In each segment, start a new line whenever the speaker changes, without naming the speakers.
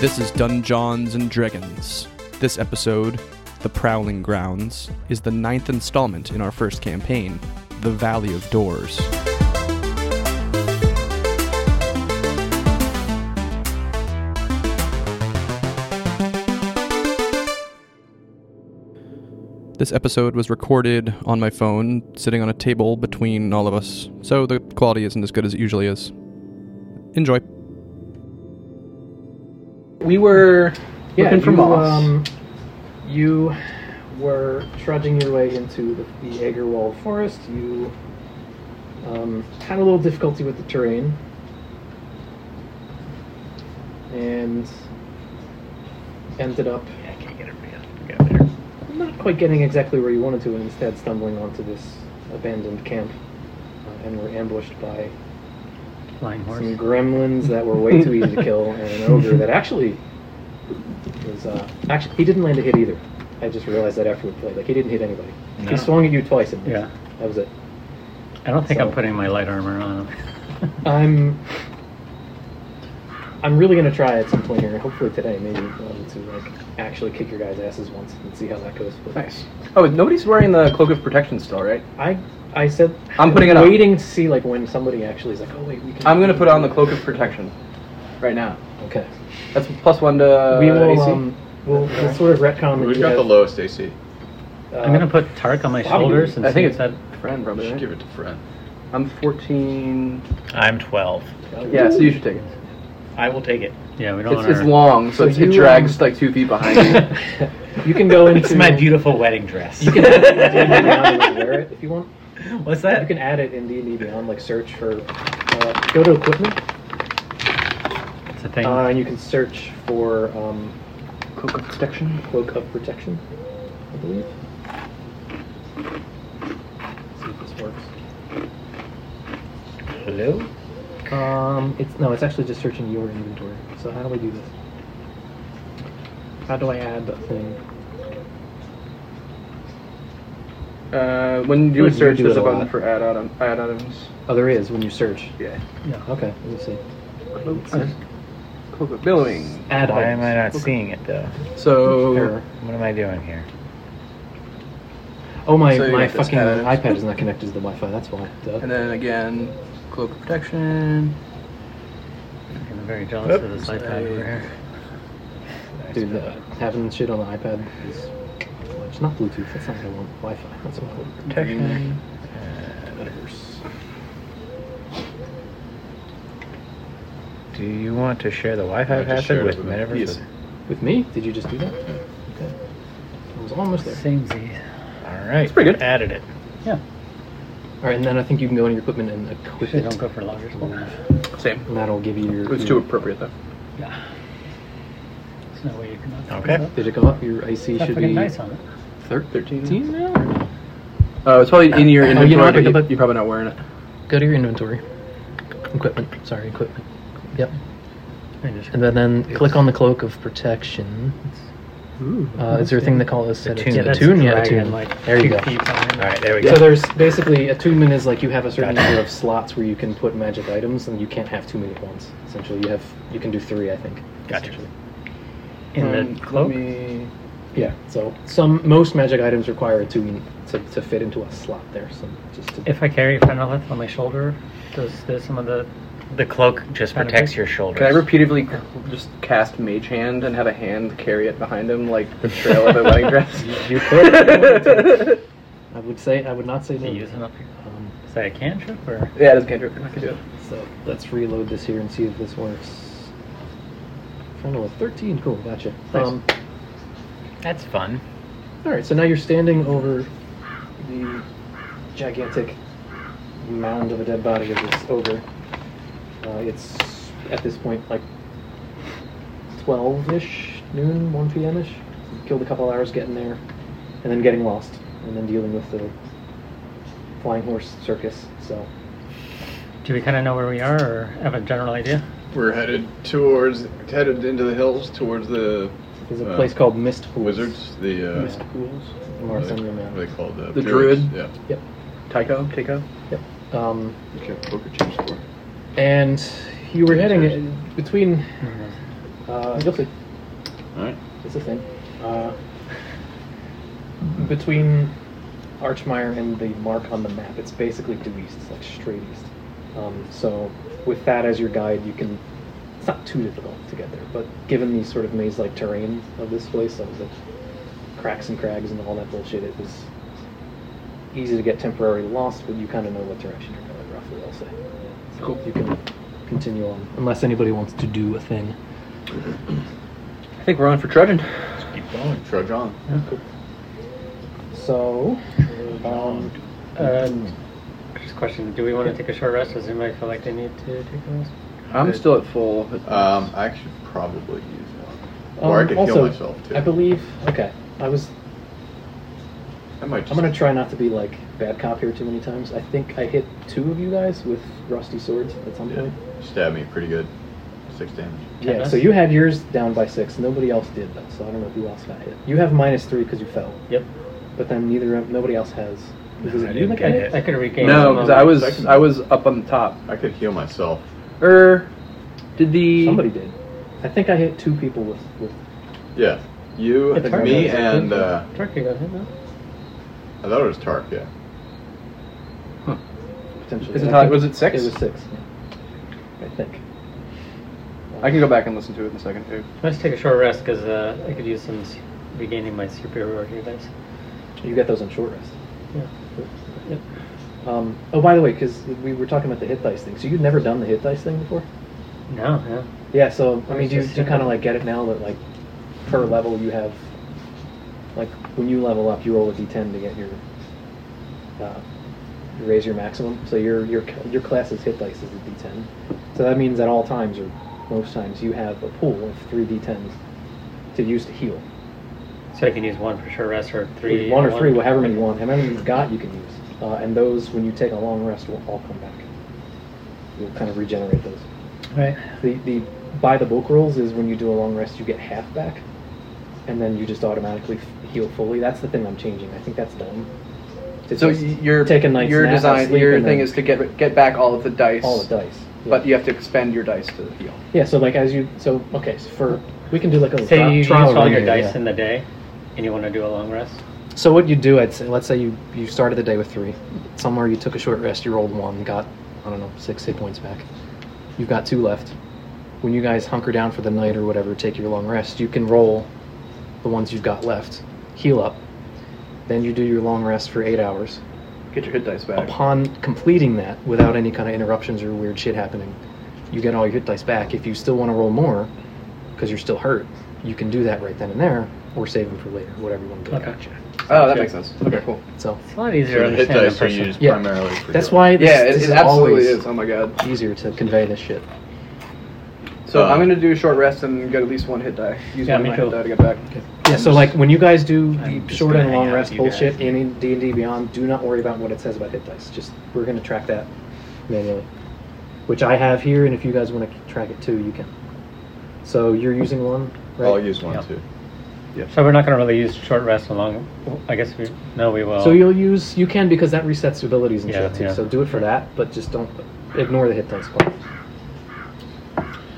This is Dungeons and Dragons. This episode, The Prowling Grounds, is the ninth installment in our first campaign, The Valley of Doors. This episode was recorded on my phone, sitting on a table between all of us, so the quality isn't as good as it usually is. Enjoy.
We were yeah,
Looking for
you,
moss.
Um, you were trudging your way into the, the Eggerwall Forest. You um, had a little difficulty with the terrain, and ended up
I can't get it together.
not quite getting exactly where you wanted to, and instead stumbling onto this abandoned camp, uh, and were ambushed by
Flying
some gremlins that were way too easy to kill, and an ogre that actually was uh, actually he didn't land a hit either. I just realized that after we played, like he didn't hit anybody.
No.
He swung at you twice. And
Yeah.
that was it.
I don't think I'm
So-
putting my light armor on him.
I'm I'm really gonna try at some point here, hopefully today, maybe um, to like actually kick your guys' asses once and see how that goes. But
Nice. Oh, nobody's wearing the cloak of protection still, right?
I I said
I'm putting it up.
waiting to see like when somebody actually is like, oh wait, we can.
I'm gonna put on the cloak of protection right now.
Okay.
That's plus one to
we will.
AC.
Um, we'll, we'll sort of retcon. that
We've
you
got the
have,
lowest AC.
uh,
I'm gonna put Tark on my
Bobby,
shoulders and
I
see
think
if
it's
that.
friend
We
probably.
should
Right?
give it to Fred.
I'm 14.
I'm 12.
Yeah, so you should take it.
I will take it.
Yeah, we don't
It's,
want
it's
to.
long, so,
So
it's,
you, um,
it drags like two feet behind you.
You can go into.
It's my beautiful wedding dress.
You can add it in D&D Beyond and wear it if you want.
What's
You
that?
can add it in D&D Beyond, like search for, uh, go to equipment,
It's a thing.
uh, and you can search for um,
cloak of protection.
cloak of protection, I believe. Let's see if this works.
Hello?
Um, it's no, it's actually just searching your inventory. So how do we do this? How do I add the thing?
Uh, when you do
You
a search,
do
there's
it
a
a
button
lot.
for add items. Add items.
Oh, there is when you search.
Yeah.
yeah.
Okay, let me see.
Cloak of, cloak of billowing.
Add
Why am
items.
I not seeing it though?
So
Error.
What am I doing here?
Oh my!
So you
my
got this
fucking
added.
iPad is not connected to the Wi-Fi. That's why. Duh.
and then again, cloak of protection.
I'm very jealous of this iPad over here.
Dude, uh, having shit on the iPad is well, it's not Bluetooth. That's not what I want. Wi-Fi. That's what I want.
Protection.
Do you want to share the Wi Fi
I just
password
shared it
with
with him.
Metaverse?
Yes.
With me? Did you just do that? Okay. I was almost there.
Same Z.
Alright. It's
pretty good.
Added it.
Yeah.
All right, and then I think you can go in your equipment and
Wish I
equipment,
don't go for loggers. but nah.
Same.
and that'll give you your.
It's too appropriate though.
Yeah. There's no way you can.
Okay.
Did it come up? Your AC
That
should
fucking
be
dice on it.
Thir- 13.
15 now.
Oh, it's probably in your
Oh, you know, I
inventory.
picked
but
up
you-
a-
You're probably not wearing it.
Go to your inventory. Equipment. Sorry, equipment. Yep.
I just-
And then, then click on the cloak of protection. Uh, is there a thing that calls set
Attune.
Yeah,
that's
attune. Yeah,
dragon,
attune.
Like
there you
two
go.
feet behind.
Alright, there we
So
go.
there's basically attunement is like you have a certain
Gotcha.
number of slots where you can put magic items, and you can't have too many at once. Essentially, you have you can do three, I think.
Gotcha.
essentially.
In
Um,
the cloak.
Let me...
Yeah. So some most magic items require attunement to, to fit into a slot there. So just to,
If I carry Fenolith on my shoulder, does there's some of the
The cloak just
Benefit?
protects your shoulders.
Can I repeatedly c- just cast Mage Hand and have a hand carry it behind him like the trail of a wedding dress?
you could. if you wanted to. I would say I would not say
Do
no.
you use enough?
Um,
Is that a cantrip or?
yeah, that's cantrip. I can do it.
so let's reload this here and see if this works. Final with thirteen. Cool. Gotcha.
Nice.
Um,
That's fun.
All right, so now you're standing over the gigantic mound of a dead body of this ogre. Uh, it's at this point like 12 ish, noon, 1 p.m. ish. Killed a couple hours getting there, and then getting lost, and then dealing with the flying horse circus. So,
Do we kind of know where we are, or have a general idea?
We're headed towards, headed into the hills towards the
There's a
Uh,
place called Mistfools.
Wizards, the uh,
Mist Pools.
what
Martha
are they,
and
what are they called uh,
The
druids?
druid?
Yeah.
Tycho? Tycho?
Um,
Okay. Poker chips for.
and you were heading uh, between. Uh, you'll see.
All right.
It's a thing. Uh, between Archmire and the mark on the map, it's basically due east. It's like straight east. Um, so with that as your guide, you can. It's not too difficult to get there, but given the sort of maze-like terrain of this place, all the cracks and crags and all that bullshit, it was easy to get temporarily lost. But you kind of know what direction you're going, roughly. I'll say. So
Cool.
You can continue on, unless anybody wants to do a thing.
I think we're on for trudging.
Keep going. Oh, Trudge on.
So, um,
Um, just a question: Do we want to take a short rest? Does anybody feel like they need to take a rest?
I'm still at full.
Um, I should probably use one, or
Um,
I could
also,
heal myself too.
I believe. Okay, I was.
I might. Just,
I'm gonna try not to be like bad cop here too many times. I think I hit two of you guys with rusty swords at some
Yeah.
point.
Stab me pretty good. Six damage.
Yeah.
Tennis?
So you had yours down by six. Nobody else did though. So I don't know who else got hit. You have minus three because you fell.
Yep.
But then neither of nobody else has.
No,
Was it
I
you
didn't
that
get
got
hit.
I could regain.
no,
some
because
of-
I was I was up on the top.
I could heal myself.
Er, did the
Somebody did. I think I hit two people with with.
Yeah. You,
Yeah, Tark
me,
has it.
and uh,
Turkey got hit, no?
I thought it was Tark. Yeah.
Potentially.
Is it
I
hot-
think-
was it six?
It was six. yeah. I think.
I can go back and listen to it in a second too.
Let's take a short rest because uh, I could use some s- regaining my superiority dice.
You got those on short rest.
Yeah.
Yep. Um, oh, by the way, because we were talking about the hit dice thing, so you'd never done the hit dice thing before?
No, yeah.
Yeah, so, I
I
mean,
was
do you,
just
do you kind
thinking-
of like get it now that, like, per level you have, like, when you level up, you roll a d10 to get your, uh, you raise your maximum. So your, your, your class's hit dice is a d10. So that means at all times, or most times, you have a pool of three d10s to use to heal.
So I can use one for short rest or three.
one or three, whatever you want, however many you've got, you can use. Uh, and those, when you take a long rest, will all come back. You'll kind of regenerate those.
Right.
The the by the book rules is when you do a long rest, you get half back, and then you just automatically f- heal fully. That's the thing I'm changing. I think that's dumb. To
So
just
y- your
take a night's
your
nap,
design
sleep,
your
and
thing
then
is to get get back all of the dice,
all the dice. Yeah.
but you have to expend your dice to heal.
yeah. So like as you so okay so for we can do like a little
Say
tri-
you use
trial
all
run
your
here,
dice
yeah.
in the day, and you want to do a long rest.
So what you do, I'd say, let's say you you started the day with three. Somewhere you took a short rest, you rolled one, got I don't know six hit points back. You've got two left. When you guys hunker down for the night or whatever, take your long rest. You can roll the ones you've got left, heal up. Then you do your long rest for eight hours.
Get your hit dice back.
Upon completing that, without any kind of interruptions or weird shit happening, you get all your hit dice back. If you still want to roll more, because you're still hurt, you can do that right then and there, or save them for later, whatever you want to do.
Okay.
Oh, that makes sense. Okay, cool.
So
It's a lot easier
So
to
the hit
understand in
dice are
person.
used
Yeah.
primarily for.
That's
healing.
why this,
Yeah, it,
this
it absolutely
always
is. Oh my god.
easier to convey this shit.
So
Uh,
I'm gonna do a short rest and get at least one hit die. Use
Yeah,
one
me
of my hit
too.
die to get back.
Yeah, so like when you guys do
I'm
the
just
short
gonna
and
hang
long
out
rest
with you guys.
bullshit in D and D Beyond, do not worry about what it says about hit dice. Just we're gonna track that manually, which I have here, and if you guys want to track it too, you can. So you're using one, right?
I'll use one
Yeah.
too.
So we're not going to really use short rest and long. I guess we no, we will.
So you'll use you can because that resets abilities and
Yeah,
shit too.
yeah.
So do it for that, but just don't ignore the hit dice part.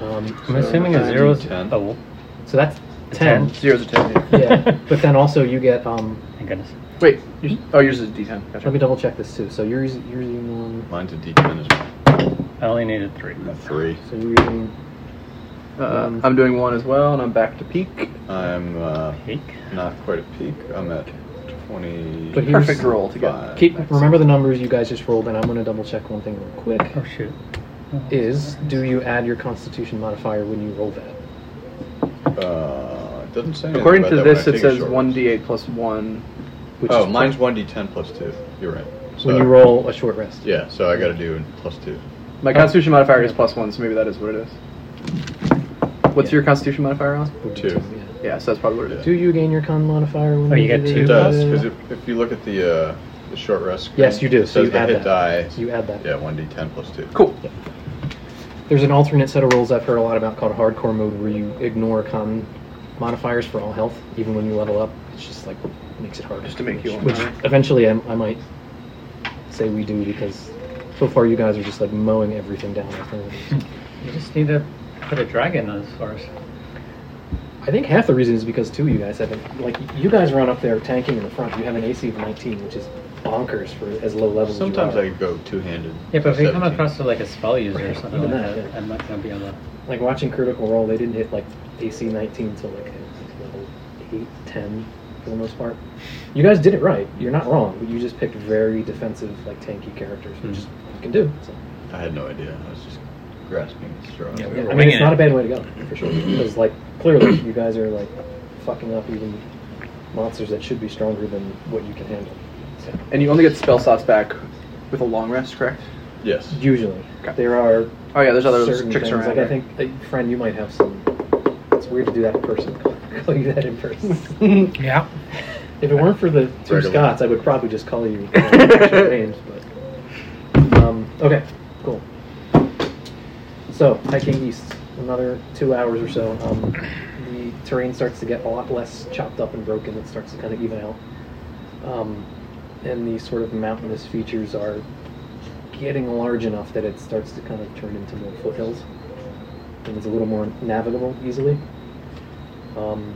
Um,
I'm assuming a
So,
zero is
ten.
Oh,
so that's
A
ten.
ten.
Zero's a ten. yeah.
yeah, but then also you get um,
thank goodness.
Wait. yours- Oh, yours is a D10. Gotcha.
Let me double check this too. So you're using, you're using one.
Mine's a D10 as well.
I only needed three.
A Three.
So you're using.
Uh, I'm doing one as well, and I'm back to peak.
I'm uh,
Peak.
not quite at peak. I'm at 20.
But here's-
Perfect roll to get.
Five.
Keep remember the numbers you guys just rolled, and I'm going to double check one thing real quick.
Oh shoot.
Is do you add your Constitution modifier when you roll that?
Uh, it doesn't say anything
According
about
to
that when
this,
I
it
take a
says
short
one
rest.
D8 plus one.
Which
Oh,
is
mine's 1d10 plus 2. You're right. So,
when you roll a short rest.
Yeah, so I gotta do plus 2.
My Constitution modifier is plus one, so maybe that is what it is. What's your Constitution modifier on?
Would
Two.
you- yeah.
Yeah, so that's probably what it is.
Do you gain your con modifier when
Oh,
you,
you get
do
two.
the-
It does, because if, if you look at the uh, the short rest screen,
Yes, you do,
It
so
says
you
the
add
hit
that.
die.
You add that.
Yeah, 1d10 plus 2.
Cool.
There's an alternate set of rules I've heard a lot about called hardcore mode, where you ignore con modifiers for all health, even when you level up. It's just like makes it harder.
Just to make you
which, which eventually I, I might say we do because so far you guys are just like mowing everything down. with things.
You just need to put a dragon on this horse.
I think half the reason is because two of you guys haven't like you guys run up there tanking in the front. You have an AC of 19, which is bonkers for as low level.
Sometimes
as
I
you are.
go two-handed.
Yeah, but if we come
17.
across to like a spell user or something like
Even
that,
that, yeah.
I'm not gonna be able to.
like watching Critical Role, they didn't hit like AC 19 until like level 8, 10 for the most part. You guys did it right. You're not wrong, but you just picked very defensive, like tanky characters, which is you can do. So.
I had no idea. I was just grasping at straws.
Yeah, we
Yeah,
were
I mean, it's
winging
not
it.
a bad way to go for sure. Because like clearly, you guys are like fucking up even monsters that should be stronger than what you can handle. So,
And you only get spell slots back with a long rest, correct?
Yes.
usually,
Okay.
there are
Oh yeah, there's other
certain
tricks
things.
around.
Like
there.
I think, uh, friend, you might have some. It's weird to do that in person. Call you that in person.
Yeah.
If it weren't for the two
Right away.
Scots, I would probably just call you uh, names. But um, okay, cool. So hiking east, another two hours or so. Um, the terrain starts to get a lot less chopped up and broken. It starts to kind of even out, um, and these sort of mountainous features are getting large enough that it starts to kind of turn into more foothills, and it's a little more navigable easily. Um,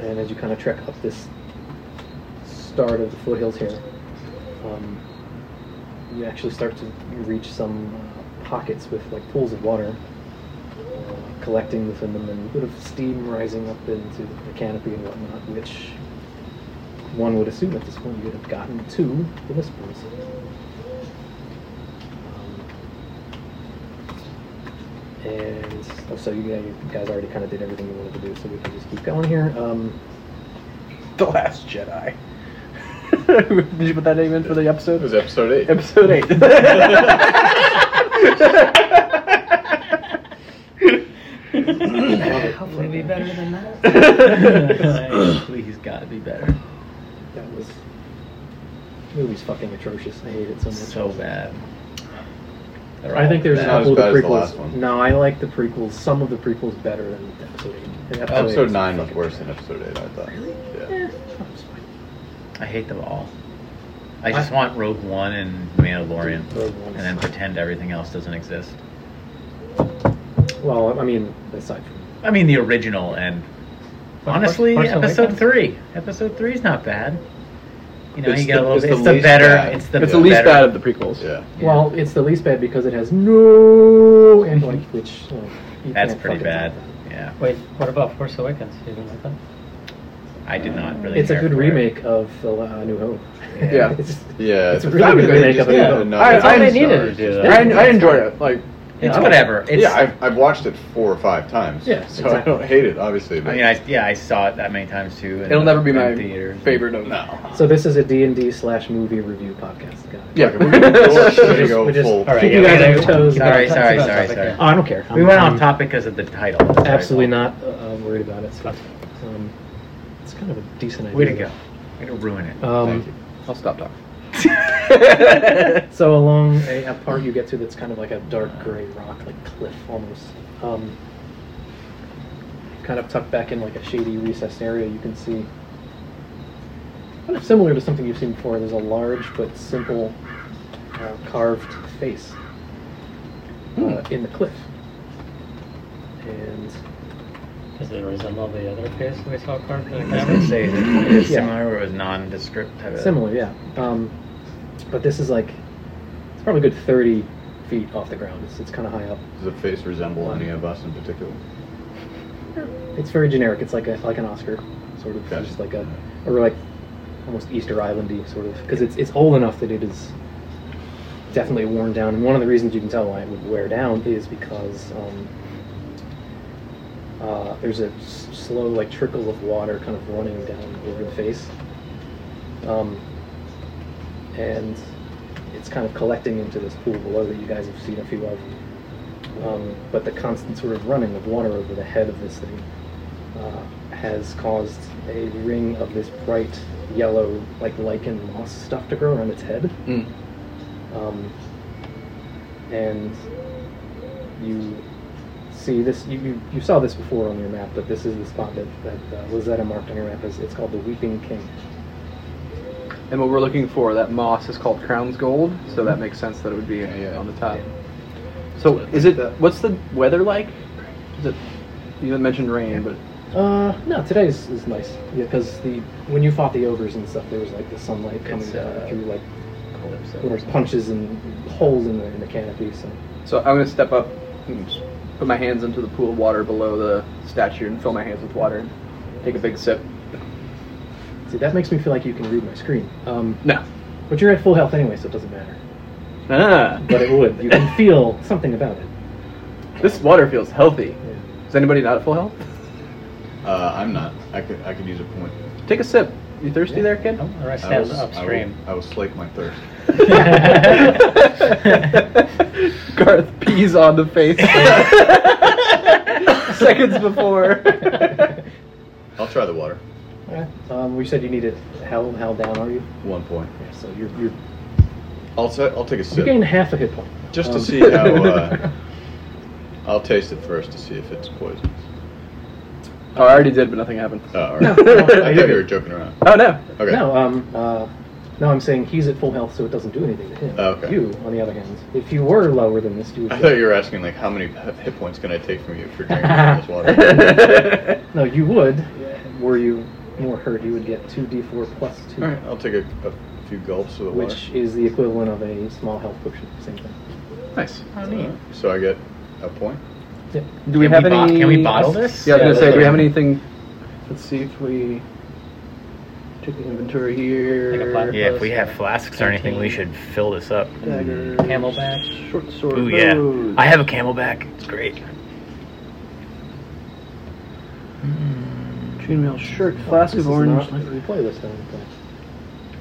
and as you kind of trek up this start of the foothills here, um, you actually start to reach some uh, pockets with like pools of water uh, collecting within them and a bit of steam rising up into the canopy and whatnot, which one would assume at this point you would have gotten to the Whispers. Um, And oh, so you guys, you guys already kind of did everything you wanted to do, so we can just keep going here. Um,
The Last Jedi. Did you put that name in for the
It
episode?
was episode eight.
Episode eight.
Hopefully, be better than that.
Please, gotta be better.
That was movie's fucking atrocious. I hate it so much.
So bad. They're
I
all
think there's a
bad.
Not as
couple of the
bad as the
prequels.
last one.
No, I like the prequels. Some of the prequels better than episode eight. And eight
Episode
is
nine was
fucking
worse
trash.
than episode eight. I thought.
Eh,
Yeah.
that was fine.
I hate them all. I just want Rogue One and Mandalorian,
Rogue One's-
and then pretend everything else doesn't exist.
Well, I mean, aside from
I mean, the original, and honestly,
Force
episode
Awakens?
three. Episode three's not bad. You know,
It's
you get a
the-
little.
it's
It's,
the
the,
least
better.
bad.
It's the.
It's
It's the least
better-
bad of the prequels.
Yeah.
Yeah.
well, it's the least bad because it has no and like which like, you
That's
can't
pretty
fucking
bad.
top that.
Yeah,
Wait, what about Force Awakens? You didn't like that?
I did not really.
It's a
care
good
for it.
remake of the La- New Hope.
Yeah.
It's-
Yeah.
It's a really good
They
remake
just
of it.
needed
Yeah.
another-
I-
It's
I
all
didn't
stars.
either to do that.
I, I enjoyed it. Like,
It's
Yeah.
whatever. It's,
yeah, I've, I've watched it four or five times.
Yeah,
so I
exactly.
don't hate it, obviously. But
I mean, I yeah, I saw it that many times too. in-
it'll never be
in
my
theaters.
favorite of
no.
So this is a D and D slash movie review podcast. Got it.
Yeah.
We're gonna go- we're gonna
We
go
just-
full.
All right,
Keep
yeah,
you
we
guys on
gotta-
your toes.
Sorry,
That's
sorry,
about
sorry,
topic,
sorry.
yeah.
Oh, I don't care.
We went off
I'm
topic because of the title. That's
Absolutely
all.
not uh, uh, worried about it. So, um, it's kind of a decent idea.
Way to go. Way to ruin it.
Oh.
Thank you.
Um,
I'll stop talking.
so along a, a part you get to that's kind of like a dark gray rock, like cliff almost. Um, kind of tucked back in like a shady recessed area, you can see kind of similar to something you've seen before. There's a large but simple uh, carved face uh, in the cliff, and
Does it resemble the other face we saw carved in the
I was gonna
caverns?
say is it is
Yeah.
similar or is nondescript type of
Similar, yeah. Um, but this is like it's probably a good thirty feet off the ground. It's, it's kind of high up.
Does the face resemble any of us in particular?
It's very generic. It's like a like an Oscar sort of,
Gotcha.
just like a or like almost Easter Islandy sort of because it's it's old enough that it is definitely worn down. And one of the reasons you can tell why it would wear down is because um, uh, there's a s- slow like trickle of water kind of running down over the face, um, and it's kind of collecting into this pool below that you guys have seen a few of. Um, but the constant sort of running of water over the head of this thing uh, has caused a ring of this bright yellow, like lichen moss stuff to grow around its head.
Mm.
Um, and you see this. You, you, you saw this before on your map, but this is the spot that, that uh, Lizetta marked on your map. Is it's called the Weeping King.
And what we're looking for, that moss is called Crown's Gold, so that makes sense that it would be
Yeah, yeah.
on the top. So is it? What's the weather like? Is it? You had mentioned rain, but
Uh, no, today is, is nice. Yeah, because the when you fought the ogres and stuff, there was like the sunlight coming
It's,
down
uh,
through like
Cold episode.
there's punches and holes in the, in the canopy. So
so I'm gonna step up and just put my hands into the pool of water below the statue and fill my hands with water and take a big sip.
see, that makes me feel like you can read my screen. Um,
No.
but you're at full health anyway, so it doesn't matter.
Ah,
But it would. You can feel something about it.
this water feels healthy.
Yeah.
Is anybody not at full health?
Uh, I'm not. I could I could use a point.
Take a sip. You thirsty there, kid?
Oh, the rest
I
is
will- I will-
upstream.
I will slake my thirst.
Garth pees on the face seconds before.
I'll try the water.
Alright. Um, you said you needed how how down are you?
One point.
Yeah, so you're you're
I'll se- I'll take a
you
sip
gain half a hit point.
just to
Um,
see how. Uh, I'll taste it first to see if it's poisonous.
oh, I already did, but nothing happened.
Uh, all
No,
right.
no,
I
I
thought
didn't.
you were joking around.
Oh no!
Okay.
No, um, uh, no, I'm saying he's at full health, so it doesn't do anything to him.
Oh, okay.
You, on the other hand, if you were lower than this, you would.
I
get-
thought you were asking like how many p- hit points can I take from you for drinking all this water?
No, you would. Were you more hurt, you would get two d4 plus two,
all right, I'll take a, a few gulps of the water.
which is the equivalent of a small health potion. Same thing.
nice.
How
Uh, so I get a point.
Do we
Can
have
we bo-
any?
can we bottle this?
Yeah, I was gonna
Yeah,
say, do we
let's-
have anything? Let's see if we took the inventory
Like a plat-
here.
Yeah, if we have flasks or anything, we should fill this up.
Daggers,
Camelback.
short sword.
Ooh, yeah.
bows.
I have a camelback. It's great.
Chainmail shirt, flask
This
of
is
orange.
Not the playlist I would play.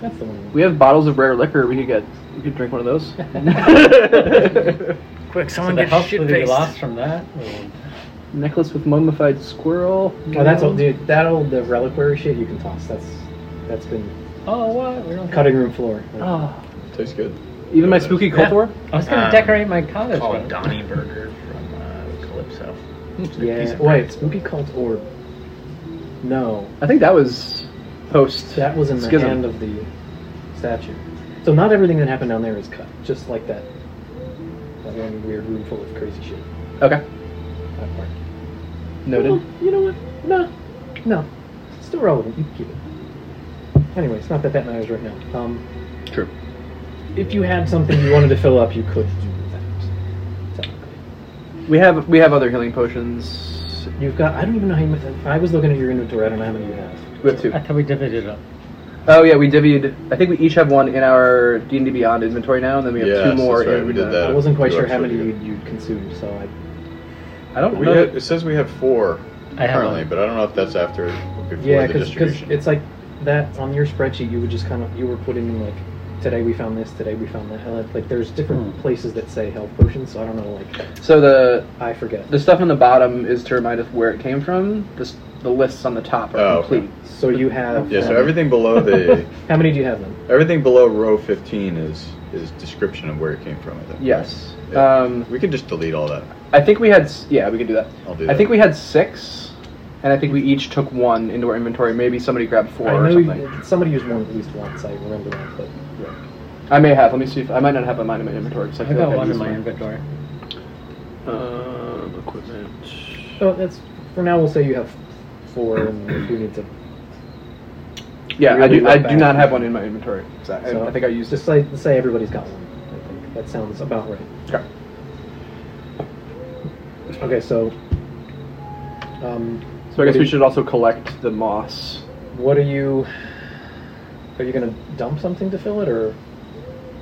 That's the one.
We have bottles of rare liquor. We could get. We could drink one of those.
Quick,
So
someone
the
get
health
shit
would be
faced.
lost from that. or-
Necklace with mummified squirrel.
Oh, that's old, dude. That old the reliquary shit you can toss. That's that's been
Oh, what? We don't have-
cutting room floor.
Ah,
tastes good.
even my spooky
Yeah.
cultor.
I was gonna
Um,
decorate my cottage.
Call
with
it Donnie Burger from uh, Calypso. Piece
Yeah.
of bread.
Wait, spooky cult orb. No,
I think that was post.
that was in the
Schism.
hand of the statue. So not everything that happened down there is cut. Just like that. That one weird room full of crazy shit.
Okay.
That part.
Noted.
Well, you know what? No, no, it's still relevant. You can keep it. Anyway, it's not that that matters right now. Um,
True.
if you had something you wanted to fill up, you could do that. Technically.
We have we have other healing potions.
You've got. I don't even know how you. I was looking at your inventory. I don't know how many you have.
We have two.
I thought we divided it up.
Oh yeah, we divvied. I think we each have one in our D and D Beyond inventory now, and then we have
Yes,
two more.
that's right,
in,
we did
uh,
that.
I wasn't quite
You
sure how many
actually
you'd, you'd consumed, so I.
I don't
We
know.
had, it says we have four
I have
currently,
one.
but I don't know if that's after before
Yeah,
the
because
distribution.
it's like that on your spreadsheet. You would just kind of you were putting in like. Today we found this. Today we found that. Like, Like there's different
Hmm.
places that say health potions, so I don't know. Like
so the
I forget.
the stuff on the bottom is to remind us where it came from. The s- the lists on the top are
Oh, okay.
complete.
So you have.
yeah, so
um,
everything below the
How many do you have then?
everything below row fifteen is is description of where it came from. I think.
Yes.
Yeah.
Um,
We can just delete all that.
I think we had. s- Yeah, we can do that.
I'll do
I
that.
think we had six, and I think we each took one into our inventory. Maybe somebody grabbed four
I
or
know
something.
you- somebody used one at least once. I remember that, but
I may have. Let me see if I might not have mine in my inventory. 'cause I,
I
feel
got
like I
one in
used
my
mine.
inventory.
Um, equipment.
oh, that's for now. We'll say you have four, and if we need to,
Yeah, I
Really
do. I
look
do
back.
not have one in my inventory. So I,
So-
I think I used
just
this.
say say everybody's got one. I think that sounds about right.
Okay.
Okay, so um,
So I guess we should also collect the moss.
what are you? Are you gonna dump something to fill it, or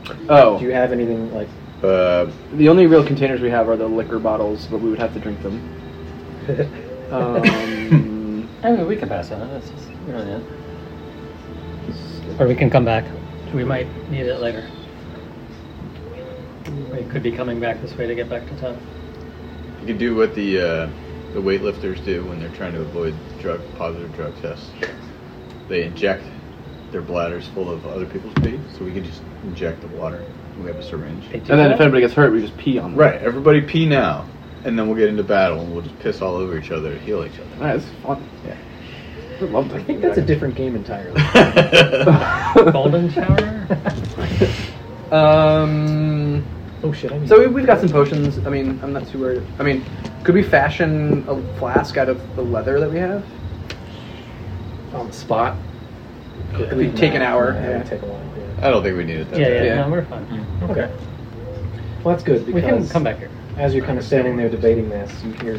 do
Oh,
you have anything like?
Uh,
the only real containers we have are the liquor bottles, but we would have to drink them. Um,
I mean, we can pass on it. That's just, you know, yeah. Or we can come back. We might need it later. We could be coming back this way to get back to town.
you can do what the uh, the weightlifters do when they're trying to avoid drug positive drug tests. They inject their bladders full of other people's pee, so we can just inject the water. We have a syringe.
They do
and then
that?
if anybody gets hurt, we just pee on them.
Right, everybody pee now. and then we'll get into battle and we'll just piss all over each other to heal each other.
That's fun.
Yeah.
I love that.
I think that's a different game entirely.
Golden shower?
um.
oh shit! I mean,
So we- we've got some potions. I mean, I'm not too worried. I mean, could we fashion a flask out of the leather that we have?
on the spot.
Could we take an hour?
Yeah,
Yeah.
take a while. Yeah.
I don't think we need it that
Yeah, yeah,
bad.
Yeah.
no, we're fine.
Okay. Well, that's good
We
because
can come back here.
as you're kind of standing there debating this, you hear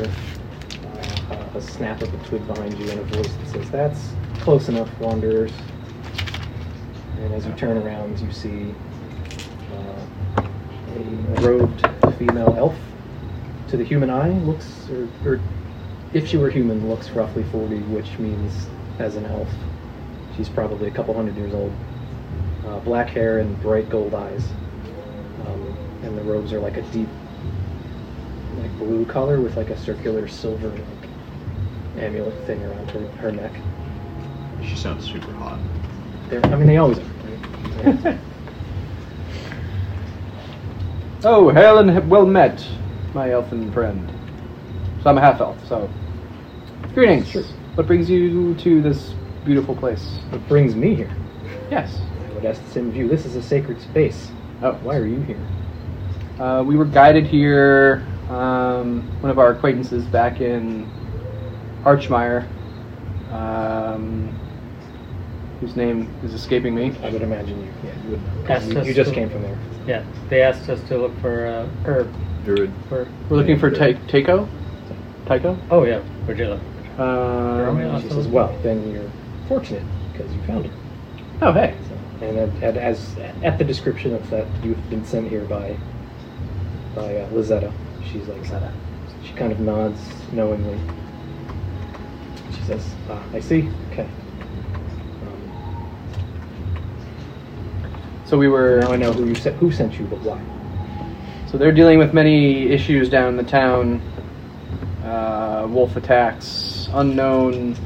uh, a snap of a twig behind you and a voice that says, "That's close enough, wanderers." And as you turn around, you see uh, a robed female elf. To the human eye, looks or, or if she were human, looks roughly forty, which means as an elf, she's probably a couple hundred years old. Uh, black hair and bright gold eyes, um, and the robes are like a deep like blue color with like a circular silver like amulet thing around her, her neck.
She sounds super hot.
They're, I mean, they always are. Right?
Oh, hail and well met, my elfin friend. So I'm a half elf. So greetings.
Sure.
What brings you to this beautiful place?
what brings me here?
Yes.
I would ask the same of you. This is a sacred space.
Oh,
Why are you here?
Uh, we were guided here. Um, one of our acquaintances back in Archmire, um, whose name is escaping me.
I would imagine you. Yeah, you would know. 'cause
That's
You,
just
you just
the-
came from there.
Yeah, they asked us to look for uh, herb
Druid.
for.
We're looking for Ta- Tycho. Tycho.
Oh yeah, Virgil.
Um,
She says, "Well, then you're fortunate because you found her."
oh, hey.
So, and at, at, as at the description of that, you've been sent here by by uh, Lizetta. She's like She kind of nods knowingly. She says, "Ah, I see. Okay. Um,
So we were.
now I know who you sent. Who sent you, but why?
So they're dealing with many issues down in the town. Uh, wolf attacks, unknown,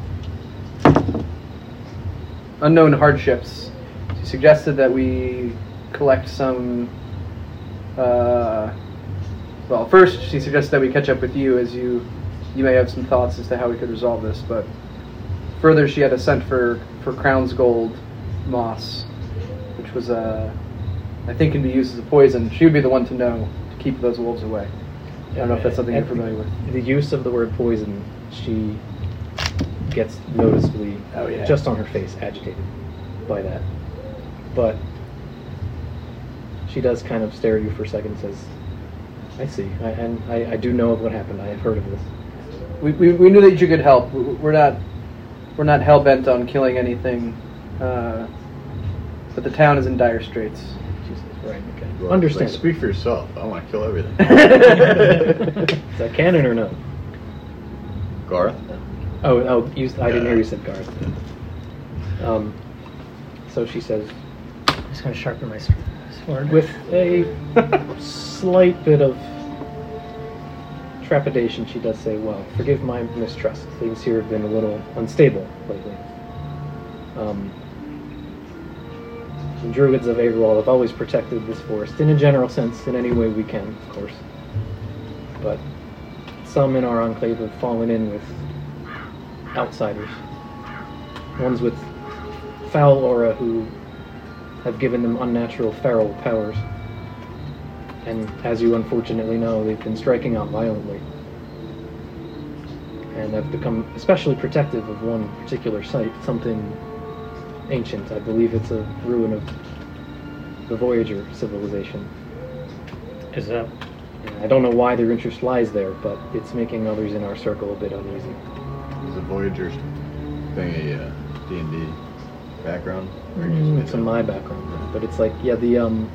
unknown hardships. She suggested that we collect some. Uh, well, first she suggested that we catch up with you, as you you may have some thoughts as to how we could resolve this. But further, she had a scent for for crown's gold moss, which was a I think can be used as a poison. She would be the one to know to keep those wolves away. I don't know if that's something you're
At
familiar with.
The use of the word poison, she gets noticeably,
Oh, yeah.
just on her face, agitated by that. But she does kind of stare at you for a second and says, I see. I, and I, I do know of what happened. I have heard of this.
We, we, we knew that you could help. We- We're not we're not hell bent on killing anything, uh, but the town is in dire straits.
She says, Right, okay.
Well,
Understand.
like, speak for yourself. I want to kill everything.
Is that canon or no?
Garth.
Oh, oh, you, I didn't hear you said guard. Um, so she says,
I'm just gonna sharpen my s- sword.
with a slight bit of trepidation, she does say, "Well, forgive my mistrust. Things here have been a little unstable lately. Um, the druids of Averwall have always protected this forest in a general sense, in any way we can, of course. But some in our enclave have fallen in with outsiders, ones with foul aura who have given them unnatural feral powers. And as you unfortunately know, they've been striking out violently. And I've become especially protective of one particular site, something ancient. I believe it's a ruin of the Voyager civilization.
Is that?
And I don't know why their interest lies there, but it's making others in our circle a bit uneasy.
Is a Voyager thing a uh, D&D background? Or you just
Mm,
made
it's
that
in my background, but it's like yeah, the um,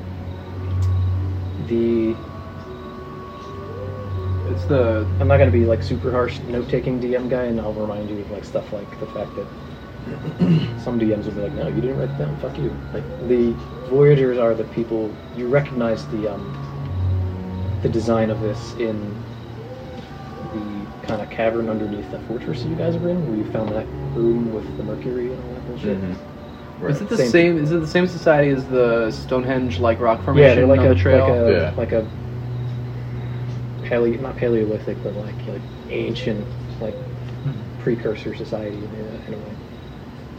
the
It's the
I'm not gonna be like super harsh note taking DM guy, and I'll remind you of like stuff like the fact that some DMs will be like, "No, you didn't write that down. Fuck you." Like the Voyagers are the people you recognize the um, the design of this in the kind of cavern underneath the fortress you guys were in, where you found that room with the mercury and all that bullshit.
Mhm.
is it the
Same.
same. is it the same society as the Stonehenge like rock
Yeah,
formation
they're like
on
a,
the trail?
like a
Yeah.
like a paleo not paleolithic, but like like ancient like
Hmm.
precursor society uh, anyway.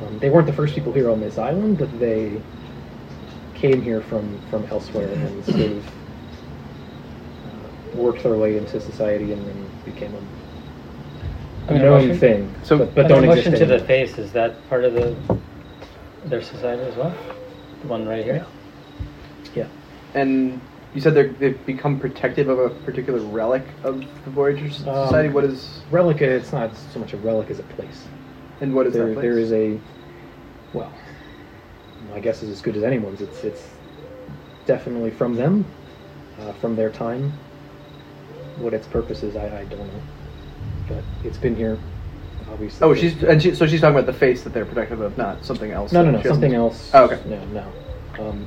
Um, they weren't the first people here on this island, but they came here from from elsewhere and sort of uh, worked their way into society and then became a
I mean, a
known
Russian-
thing.
So-
but,
An
but don't
emotion
exist
to the
anymore.
face is that part of the their society as well? The one right here.
Yeah.
And you said they're, they've become protective of a particular relic of the Voyager Society.
Um,
what is
Relic, it's not so much a relic as a place.
and what is
there,
that place?
there is a well my guess is as good as anyone's it's it's definitely from them uh, from their time what its purpose is I, I don't know but it's been here obviously
Oh, she's and she, so she's talking about the face that they're protective of, not something else.
no no
that
no
she hasn't-
something else
Oh, okay.
no no um,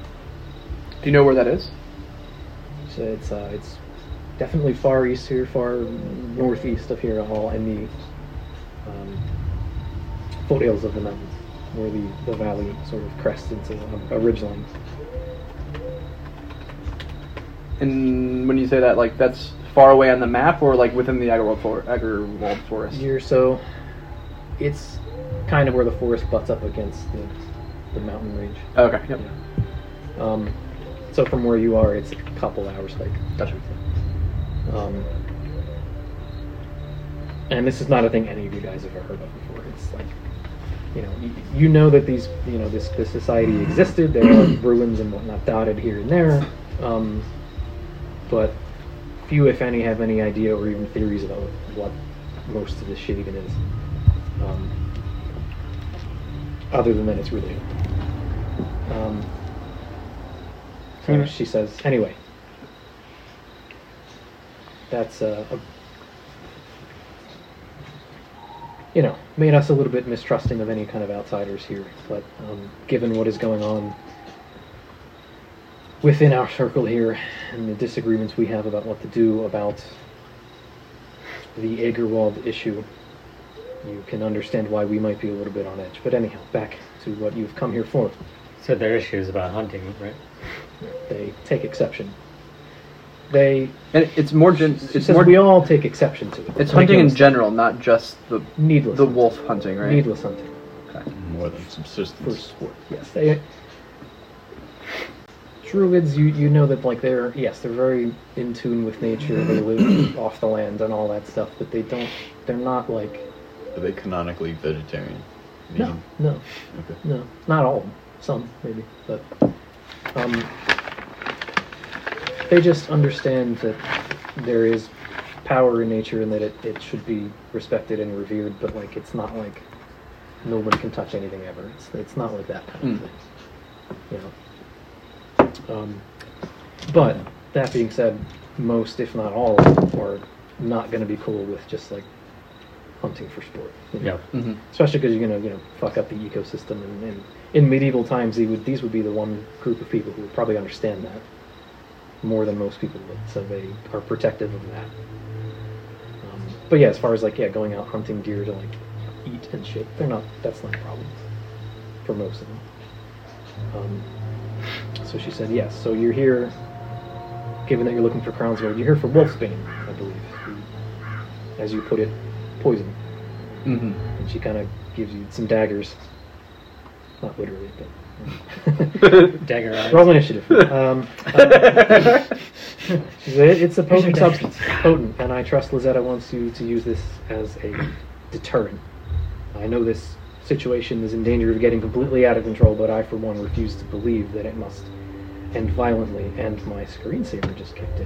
Do you know where that is?
so it's uh, it's definitely far east here far northeast of here all in the um, foothills of the mountains where the, the valley sort of crests into um, a, a ridgeline
And when you say that, like that's far away on the map, or like within the Agarwald, for- Agarwald forest.
year or so, it's kind of where the forest butts up against the, the mountain range.
Okay. Yep.
Um, so from where you are, it's a couple hours hike.
Gotcha.
Um, and this is not a thing any of you guys have ever heard of before. It's like, you know, you, you know that these, you know, this this society existed. There are ruins and whatnot dotted here and there, um, but few, if any, have any idea or even theories about what most of this shit even is. Um, other than that, it's really. old. Um, so
Mhm.
she says, anyway. That's uh, a, you know, made us a little bit mistrusting of any kind of outsiders here. But um, given what is going on within our circle here and the disagreements we have about what to do about the Agerwald issue, you can understand why we might be a little bit on edge. But anyhow, back to what you've come here for.
So their issue is about hunting, right?
They take exception. They
And it's more. Gen-
she
it's
says
more.
we all take exception to it.
it's
Like
hunting
it
in
was
general, not just the
Needless.
the
hunting.
wolf hunting, right?
Needless hunting
More than
for
subsistence.
sport. Yes, they. Druids, you you know that like they're yes they're very in tune with nature. They live off the land and all that stuff, but they don't. They're not like
Are they canonically vegetarian?
no
Mean?
no
Okay.
no not all of them. Some maybe, but um, they just understand that there is power in nature and that it, it should be respected and revered. But like it's not like no one can touch anything ever. It's it's not like that kind
Mm.
of thing. You know. Um, but that being said, most, if not all, are not going to be cool with just like hunting for sport. you know?
Mhm.
Especially because you're going to you know fuck up the ecosystem. And, and in medieval times, they would, these would be the one group of people who would probably understand that more than most people would. So they are protective of that. Um, but yeah, as far as like yeah, going out hunting deer to like eat and shit, they're not. That's not a problem for most of them. Um, so she said, yes. So you're here, given that you're looking for Crown's Guard, you're here for Wolfsbane, I believe. the- As you put it, poison.
Mhm.
And she kind of gives you some daggers. Not literally, but.
Dagger eyes.
Roll initiative. Um, uh,
Mm-hmm.
she said, "It- it's a potent substance. It's potent, and I trust Lizetta wants you to use this as a deterrent. I know this situation is in danger of getting completely out of control, but I, for one, refuse to believe that it must end violently. And my screensaver just kicked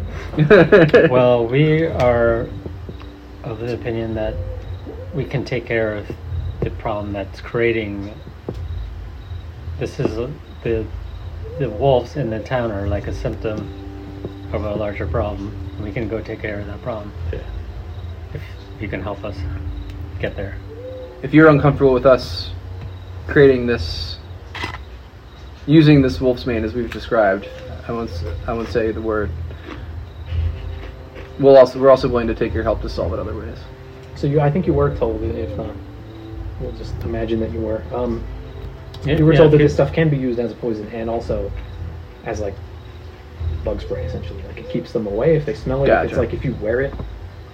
in.
well, we are of the opinion that we can take care of the problem that's creating. This is a, the the wolves in the town are like a symptom of a larger problem. We can go take care of that problem
Yeah.
if you can help us get there.
if you're uncomfortable with us creating this, using this wolf's mane as we've described, I won't, s- I won't say the word. We'll also, we're also willing to take your help to solve it other ways.
So you, I think you were told. If not, we'll just imagine that you were. Um,
Yeah,
you were
yeah,
told that
if you-
this stuff can be used as a poison and also as like bug spray essentially. Like it keeps them away if they smell it. It's
Gotcha.
like if you wear it,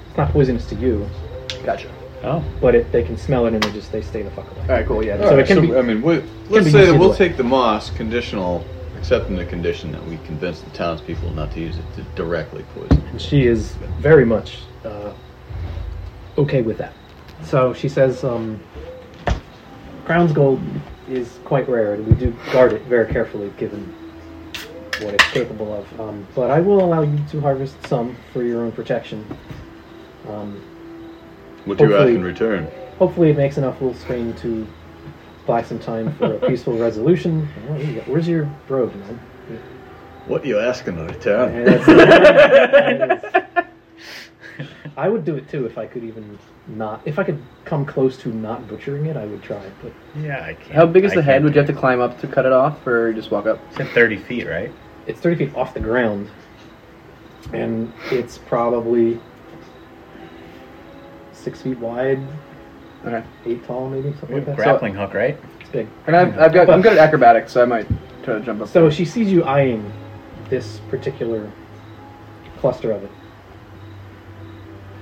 it's not poisonous to you,
Gotcha.
Oh,
but it, they can smell it and they just they stay the fuck away.
All right, cool. Yeah.
So it can be-
I mean, we,
be
let's say
used
that
either
we'll
way.
take the moss conditional, except in the condition that we convince the townspeople not to use it to directly poison.
And she is very much uh, okay with that. So she says, um, Crown's gold is quite rare, and we do guard it very carefully given what it's capable of. Um, but I will allow you to harvest some for your own protection. Um,
What do you ask
Hopefully-
in return?
hopefully, it makes enough little strain to buy some time for a peaceful resolution. Oh, here you go. Where's your robe, man?
What you asking in return?
I would do it too if I could even not. If I could come close to not butchering it, I would try. But
Yeah, I can't.
How big is
I
the head?
can't
Would you have
do
to climb up to cut it off, or just walk up?
it. It's at 30 feet, right?
it's 30 feet off the ground, and it's probably six feet wide,
Okay.
eight tall, maybe something
We
like
have a
that.
grappling hook, right?
It's big.
And I've, I've got I'm good at acrobatics, so I might try to jump up.
So she sees you eyeing this particular cluster of it,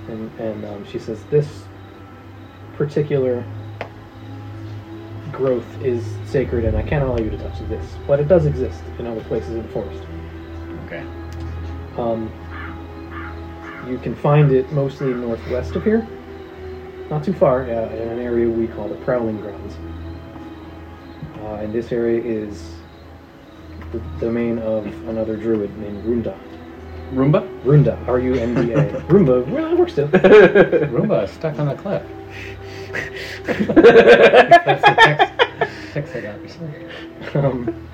and and um, she says this particular growth is sacred, and I can't allow you to touch this, but it does exist in other places in the forest.
Okay.
Um, you can find it mostly northwest of here, not too far, uh, in an area we call the Prowling Grounds. Uh, and this area is the domain of another druid named Runda.
Roomba.
Runda, R U N D A. Roomba, well, it works still.
Roomba is stuck on the cliff. That's the text, text I got recently.
Um,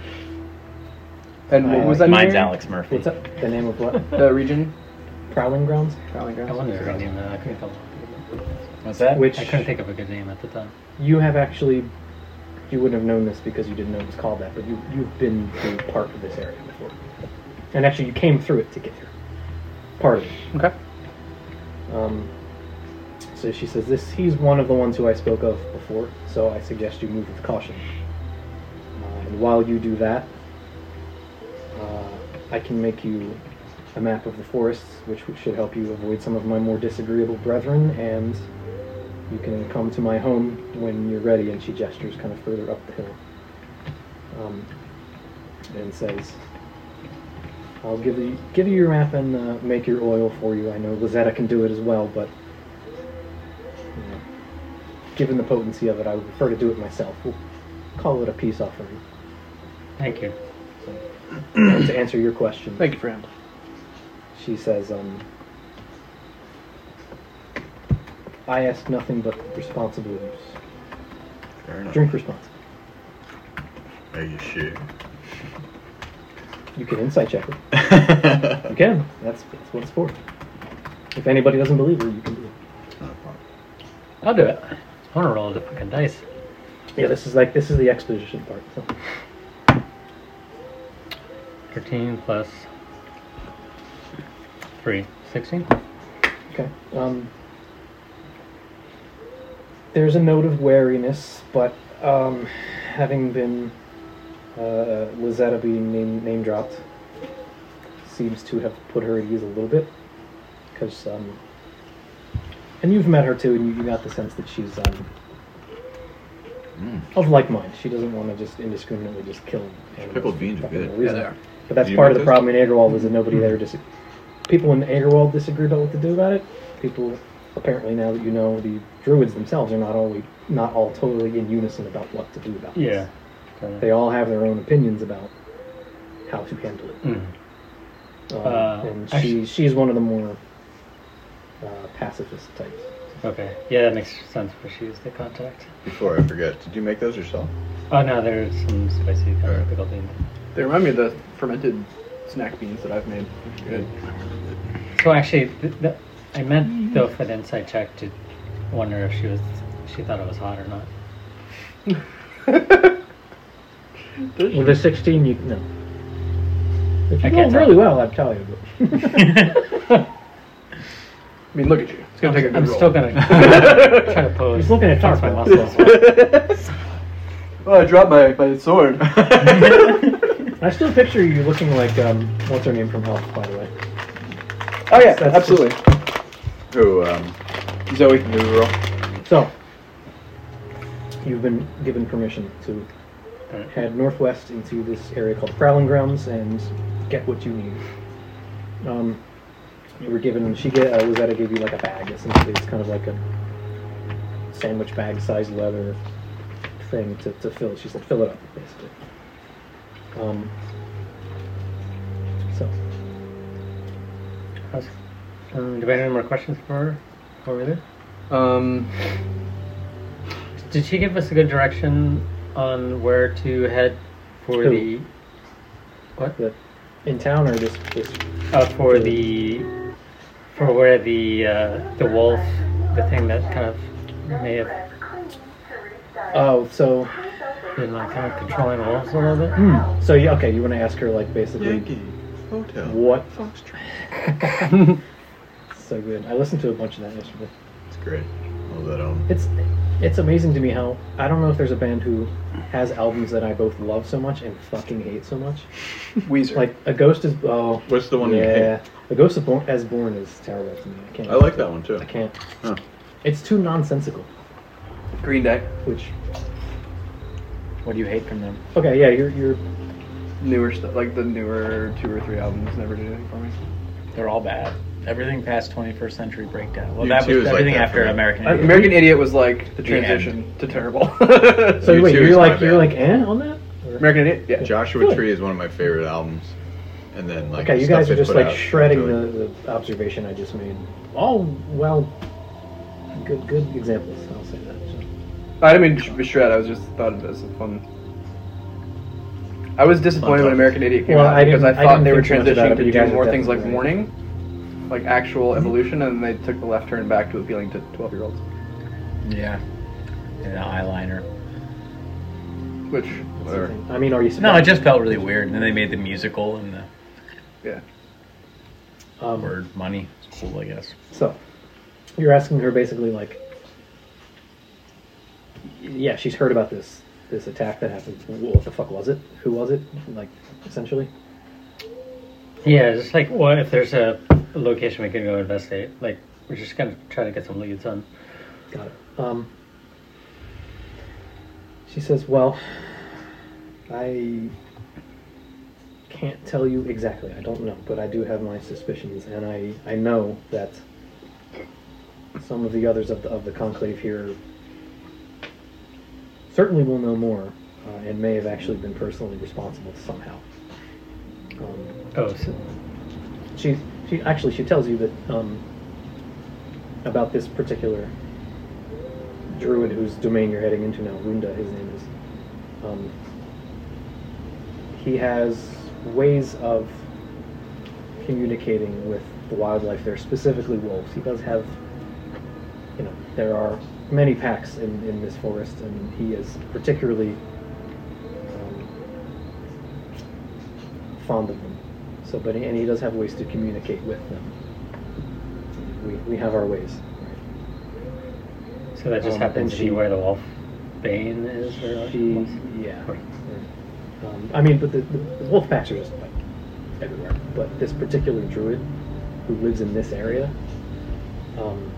and what was that
Mine's
name?
Alex Murphy.
what's up? The name of what?
The region.
Prowling Grounds?
Prowling
I
grounds.
wanted to rename that. I couldn't come up with a good name.
What's that?
Which
I couldn't think of a good name at the time.
you have actually, you wouldn't have known this because you didn't know it was called that, but you, you've been to part of this area before. And actually, you came through it to get here. Part of it.
Okay.
Um, so she says, "This he's one of the ones who I spoke of before. So I suggest you move with caution. Uh, and while you do that, uh, I can make you a map of the forests, which should help you avoid some of my more disagreeable brethren. And you can come to my home when you're ready." And she gestures kind of further up the hill, um, and says. I'll give you give you your map and uh, make your oil for you. I know Lizetta can do it as well, but you know, given the potency of it, I would prefer to do it myself. We'll call it a peace offering.
Thank you.
And to answer your question,
Thank you, friend.
she says, um, "I ask nothing but responsible use.
Fair enough.
Drink responsibly.
Are you sure?
You can insight check it. You can. That's that's what it's for. If anybody doesn't believe her, you can believe." her.
I'll do it. I want to roll the fucking dice.
Yeah, this is like this is the exposition part. So.
13 plus 3. 16?
Okay. Um, there's a note of wariness, but um, having been uh, Lizetta being name, name dropped seems to have put her at ease a little bit. Because, um, and you've met her too, and you, you got the sense that she's um,
Mm.
of like mind. She doesn't want to just indiscriminately just kill animals
Pickled
for
beans are
fucking
good.
no
Yeah,
reason.
they are.
But that's
Do you
part of the
make those? Hmm.
problem in Agarwal is that nobody there dis- people in Agarwal disagree about what to do about it. People apparently now that you know the druids themselves are not all not all totally in unison about what to do about this.
Yeah.
They all have their own opinions about how to handle it.
Mm.
Um,
Uh,
and
actually-
she she's one of the more uh, pacifist types.
Okay. Yeah, that makes sense where she is the contact.
Before I forget, did you make those yourself?
Oh, no, there's some spicy kind
Alright.
of pickled beans.
They remind me of the fermented snack beans that I've made. which are Good.
So actually, th- th- I meant though for the inside check to wonder if she was she thought it was hot or not.
With a sixteen, you no. If
I can't
you roll
tell.
really well, I'd tell you. But
I mean, look at you. It's gonna take a good
I'm
roll.
still gonna try to pose.
He's looking at
flex my
Tarkov.
muscles.
well, I dropped my, my sword.
I still picture you looking like um, what's her name from Health, by the way.
Oh yeah,
That's-
absolutely.
Who, um,
Zoe.
new role?
So you've been given permission to head northwest into this area called Prowling Grounds and get what you need. Um, you were given. She gave. Uh, Lizetta gave you like a bag. Essentially, it's kind of like a sandwich bag sized leather thing to, to fill. She said, fill it up, basically. Um, so
How's- Um, do we have any more questions for her over there?
Um,
Did she give us a good direction on where to head for
Who?
the what
the in town or this this
uh, for the for where the uh, the wolf the thing that kind of may have
oh so
been Uh, like kind of controlling wolves a little bit?
so yeah okay you want to ask her like basically
Yankee Hotel.
what
Foxtrot.
so good I listened to a bunch of that yesterday
It's great. Love that
um,
album.
it's it's amazing to me how I don't know if there's a band who has albums that I both love so much and fucking hate so much
Weezer.
like a ghost is oh
What's the one you
yeah
hate?
a ghost is born, as born is terrible to me I can't
I like that one too.
I can't
Huh.
it's too nonsensical
Green Day,
which
what do you hate from them?
okay yeah you're you're
Newer stuff, like the newer two or three albums, never did anything for me.
They're all bad. Everything past 21st Century Breakdown. Well,
You
that
too
was
is like
everything
that for
after
me.
American.
I-
Idiot.
American Idiot was like the
The end.
transition to terrible.
so
You
wait
too
you're
is my
like you're
band.
like eh on that Or-
American Idiot, yeah.
Joshua
Good.
Tree is one of my favorite albums. And then like
Okay, you
stuff
guys are
they
just
put
like
out,
shredding
really-
the, the observation I just made. All well, good good examples. I'll say that. So.
I didn't mean to shred. I was just thought of it as a fun. I was disappointed when
Fun topic.
American Idiot came
Well,
out
I
because I
didn't- I
thought
didn't
they were
think too much about it,
transitioning
but
to
you
do
guys are
more things like
definitely Mm-hmm.
warning,
right.
like actual evolution, and they took the left turn back to appealing to twelve-year-olds,
Yeah. And the eyeliner.
which
Whatever.
I mean, are you?
No, it just felt really weird. And then they made the musical and the
yeah,
Um,
word money. It's cool, I guess.
so, you're asking her basically like, yeah, she's heard about this this attack that happened. What the fuck was it? Who was it? Like, essentially.
Yeah, just like what if there's a location we can go investigate? Like we're just gonna try to get some leads on.
Got it. Um, she says, Well, I can't tell you exactly. I don't know, but I do have my suspicions, and I, I know that some of the others of the, of the conclave here certainly will know more uh, and may have actually been personally responsible somehow. Um,
Oh, so,
she she actually she tells you that um, about this particular druid whose domain you're heading into now, Runda, his name is. Um, he has ways of communicating with the wildlife there, specifically wolves. He does have, you know, there are many packs in, in this forest, and he is particularly um, fond of them. So, but and he does have ways to communicate with them. We, we have our ways.
so that just
Um,
happens
and
to
she-
be where the wolf bane is. Or
She, yeah. Hmm. Um, I mean, but the, the, the wolf packs are just like everywhere. But this particular druid who lives in this area, um,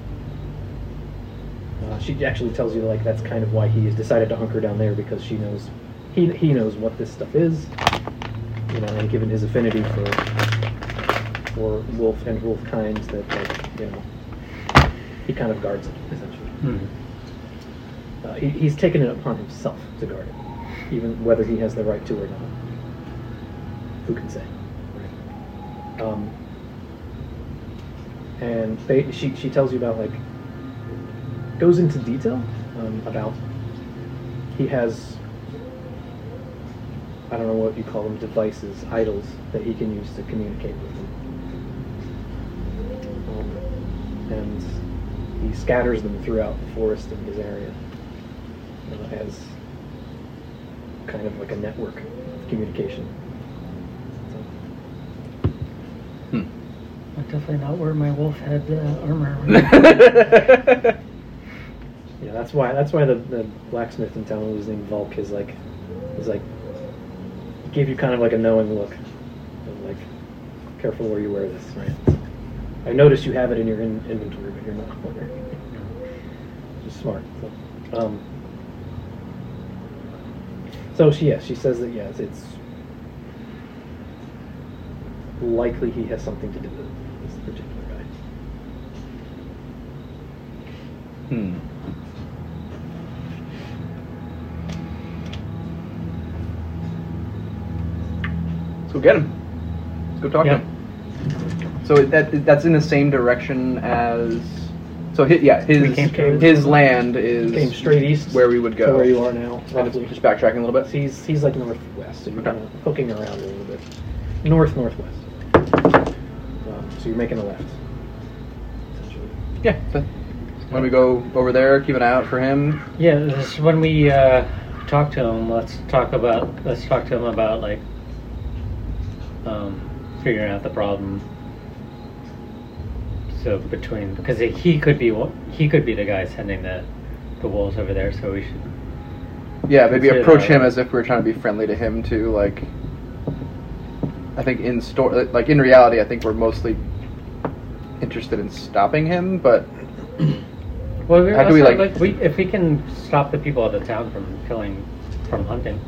uh, she actually tells you like that's kind of why he has decided to hunker down there because she knows he he knows what this stuff is, you know, and given his affinity for for wolf and wolf kinds that like, you know he kind of guards it essentially.
Hmm.
Uh, he, he's taken it upon himself to guard it, even whether he has the right to or not. Who can say? Um, and they, she, she tells you about like goes into detail um, about he has I don't know what you call them devices idols that he can use to communicate with them. Um, and he scatters them throughout the forest in his area uh, as kind of like a network of communication. So,
I'm definitely not wear my wolf head uh, armor.
yeah, that's why that's why the, the blacksmith in town who's named Volk is like is like gave you kind of like a knowing look. And like, careful where you wear this, right? I noticed you have it in your in- inventory, but you're not wearing it. She's smart. So, um, so she, yeah, she says that yes, it's likely he has something to do with this particular guy.
Hmm.
Let's go get him. Let's go talk to
Yeah.
him. So that that's in the same direction as. So hi yeah,
We
his
came
to-
his land is
Came straight east.
where we would
To
go.
where you are now,
And it's
roughly.
just backtracking a little bit.
He's he's like northwest, so you're
Okay.
kind of poking around a little bit, north northwest. Um, so you're making a left. Essentially.
Yeah. So when we go over there, keep an eye out for him.
Yeah, this, when we uh, talk to him, let's talk about let's talk to him about like um, figuring out the problem. So between because he could be one- he could be the guy sending the the wolves over there, so we should
Yeah, maybe
Consider
approach
that.
uh,
him as if we were trying to be friendly to him too. Like, I think in store, like in reality, I think we're mostly interested in stopping him. But
Well, we
How do we,
also,
like-
we, if we can stop the people of the town from killing, from hunting,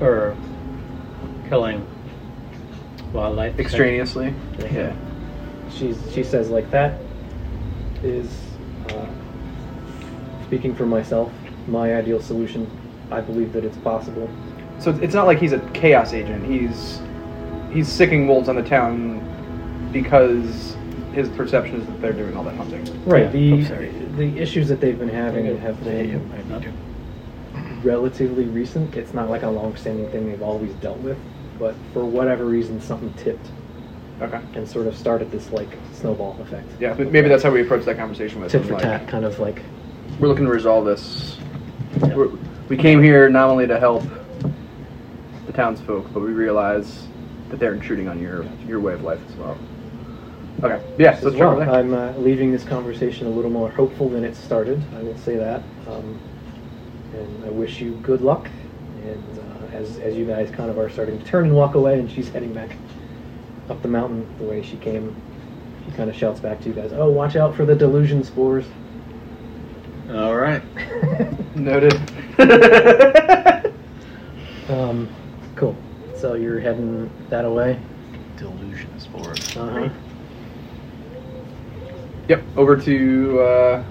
or killing wildlife. then-
extraneously,
Yeah.
yeah.
She's she says like that is uh, speaking for myself. My ideal solution. I believe that it's possible.
So it's not like he's a chaos agent. He's he's sicking wolves on the town because his perception is that they're doing all that hunting.
Right.
Yeah, I'm
the
sorry.
the issues that they've been having have been relatively recent. It's not like a long-standing thing they've always dealt with, but for whatever reason, something tipped
Okay.
and sort of started this like snowball effect.
Yeah, but maybe that's how we approach that conversation with
tit
him.
for
like,
tat kind of like
We're looking to resolve this.
Yeah.
We're, we came here not only to help the townsfolk, but we realize that they're intruding on your your way of life as well. Okay. Yeah. So
as
let's start
well.
over there.
I'm uh, leaving this conversation a little more hopeful than it started. I will say that, um, and I wish you good luck. And uh, as as you guys kind of are starting to turn and walk away, and she's heading back up the mountain the way she came, she kind of shouts back to you guys, "Oh, watch out for the delusion spores."
All right.
Noted.
Um, cool. So you're heading that away.
Delusion is for it.
Uh huh.
yep. Over to uh,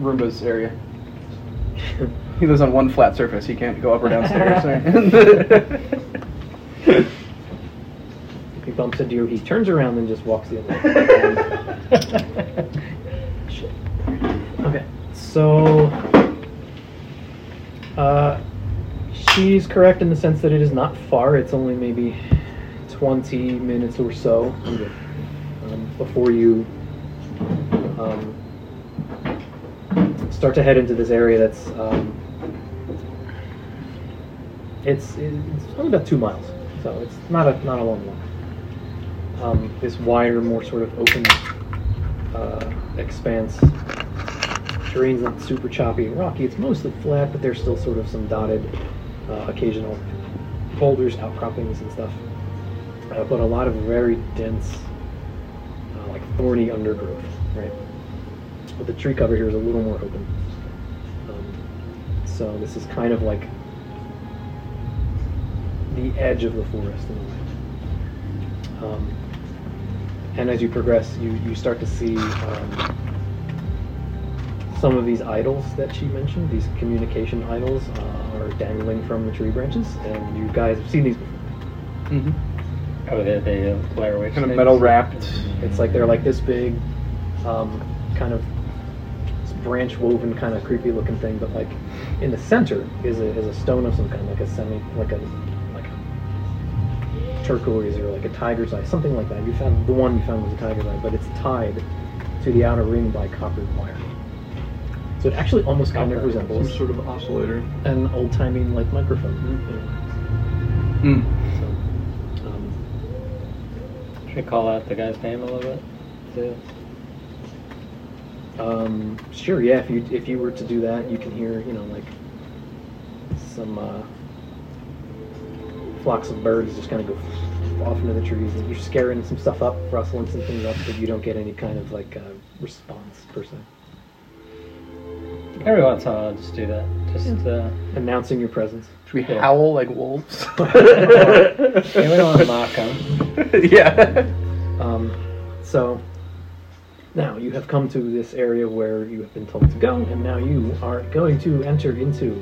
Roomba's area. He lives on one flat surface. He can't go up or downstairs.
he bumps into you. He turns around and just walks the other way. And- Okay, so uh, she's correct in the sense that it is not far. It's only maybe 20 minutes or so um, before you um, start to head into this area that's. Um, it's, it's only about two miles, so it's not a not a long walk. Um, this wider, more sort of open uh, expanse terrain's not super choppy and rocky. It's mostly flat, but there's still sort of some dotted, uh, occasional boulders, outcroppings, and stuff. Uh, but a lot of very dense, uh, like thorny undergrowth, right? But the tree cover here is a little more open. Um, so this is kind of like the edge of the forest in a way. Um, and as you progress, you, you start to see um, some of these idols that she mentioned, these communication idols, uh, are dangling from the tree branches, and you guys have seen these. Before. Mm-hmm.
hmm
oh, the, the uh, Blair Witch.
Kind of
things.
metal wrapped.
It's like they're like this big, um, kind of branch woven, kind of creepy looking thing, but like in the center is a, is a stone of some kind, like a semi, like a like a turquoise or like a tiger's eye, something like that. You found the one you found was a tiger's eye, but it's tied to the outer ring by copper wire. So it actually almost kind of resembles
Some sort of oscillator.
an old timey like microphone.
Mm.
So,
Mm-hmm.
um,
Should we call out the guy's name a little bit? too?
um, sure, yeah. If you if you were to do that, you can hear you know like some uh, flocks of birds just kind of go off into the trees, and you're scaring some stuff up, rustling some things up, but you don't get any kind of like uh, response per se.
Every once in a while, I'll just do that. Just uh,
Announcing your presence.
Should we
Yeah.
howl like wolves?
yeah, we don't want to mock them.
yeah.
Um, so now you have come to this area where you have been told to go, and now you are going to enter into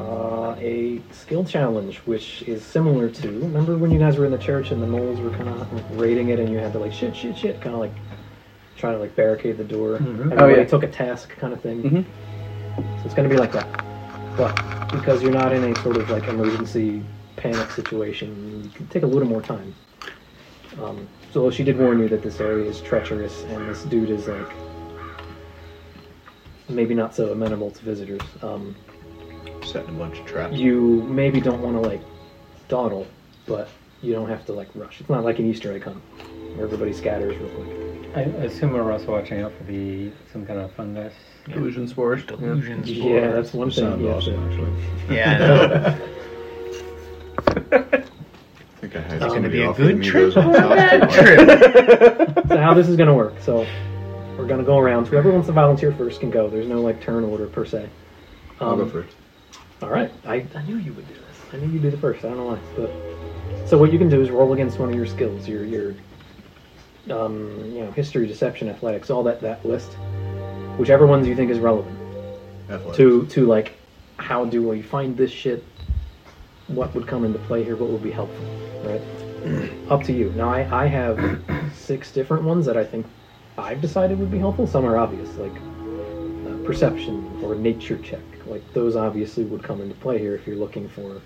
uh, a skill challenge, which is similar to remember when you guys were in the church and the moles were kind of like raiding it, and you had to like shit, shit, shit, kind of like try to like barricade the door.
Mhm.
Everybody
Oh, yeah. Mm-hmm.
took a task kind of thing.
Mhm.
So it's going to be like that, but because you're not in a sort of like emergency panic situation, you can take a little more time. Um, so she did warn you that this area is treacherous and this dude is like maybe not so amenable to visitors. Um,
Setting a bunch of traps.
you maybe don't want to like dawdle, but you don't have to like rush. It's not like an Easter egg hunt where everybody scatters real quick.
I I assume we're also watching out for the some kind of fungus.
Illusion spores.
Illusions.
Yeah, that's one thing.
Sounds
Yeah,
awesome, actually.
Yeah, I know.
I think I had
It's
somebody
be a
offering
good
me
trip
those on
or a bad
South Park.
trip.
so how this is gonna work? So we're gonna go around. Whoever wants to volunteer first can go. There's no like turn order per se.
I'll go
Um,
first.
All right. I, I knew you would do this. I knew you'd do the first. I don't know why. But so what you can do is roll against one of your skills, your your um, you know history, deception, athletics, all that that list, whichever ones you think is relevant
Athletics.
to to like how do we find this shit? What would come into play here? What would be helpful? Right. Up to you. Now I I have six different ones that I think I've decided would be helpful. Some are obvious, like uh, perception or nature check. Like those obviously would come into play here if you're looking for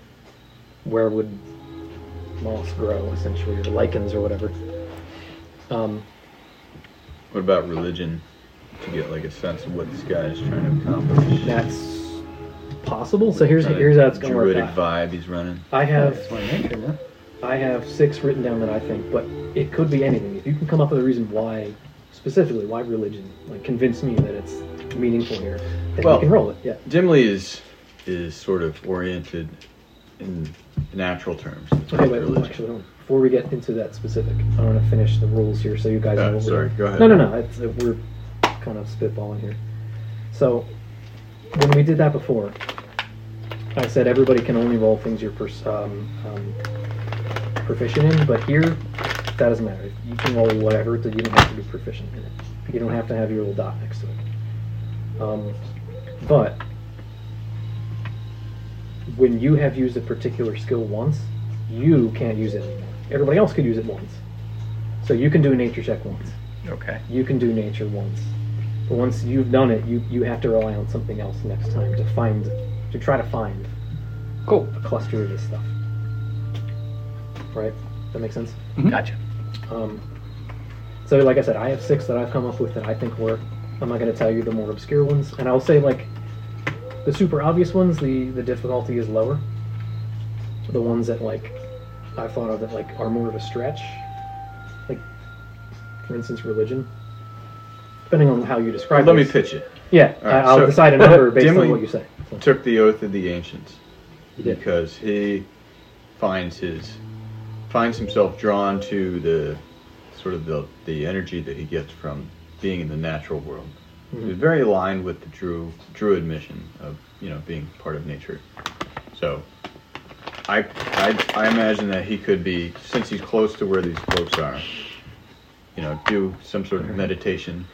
where would moss grow, essentially, or lichens or whatever. Um,
What about religion? To get like a sense of what this guy is trying to accomplish.
that's possible. So here's
Kinda
here's how it's gonna work
druidic
out.
vibe he's running.
I have
That's my nature, no?
I have six written down that I think, but it could be anything. If you can come up with a reason why, specifically why religion, like convince me that it's meaningful here, then
Well-
you can roll it. Yeah.
Dimly is is sort of oriented in natural terms. It's
Okay,
like
wait,
religion.
actually, hold on. before we get into that specific, I want to finish the rules here so you guys
Oh,
know. what we're
sorry,
doing.
go ahead.
No, no, no. It's, uh, we're kind of spitballing here. So when we did that before, I said everybody can only roll things you're pers- um, um, proficient in, but here that doesn't matter. You can roll whatever, so you don't have to be proficient in it. You don't have to have your little dot next to it. Um, but when you have used a particular skill once, you can't use it anymore. Everybody else could use it once. So you can do a nature check once.
Okay.
You can do nature once. But once you've done it, you, you have to rely on something else next time to find, to try to find
Cool.
a cluster of this stuff. Right? That makes sense?
Mm-hmm.
Gotcha.
Um, so, like I said, I have six that I've come up with that I think work. I'm not going to tell you the more obscure ones, and I'll say like the super obvious ones. The the difficulty is lower. The ones that like I thought of that like are more of a stretch, like for instance, religion. Depending on how you describe.
Let me
those-
pitch it.
Yeah,
All right,
I, I'll
so-
decide a number based
Dimly-
on what you say. So,
Took the oath of the ancients
you did.
because he finds his finds himself drawn to the sort of the the energy that he gets from being in the natural world.
Mm-hmm.
It's very aligned with the Drew Druid mission of you know being part of nature. So, I, I I imagine that he could be since he's close to where these folks are. You know, do some sort of meditation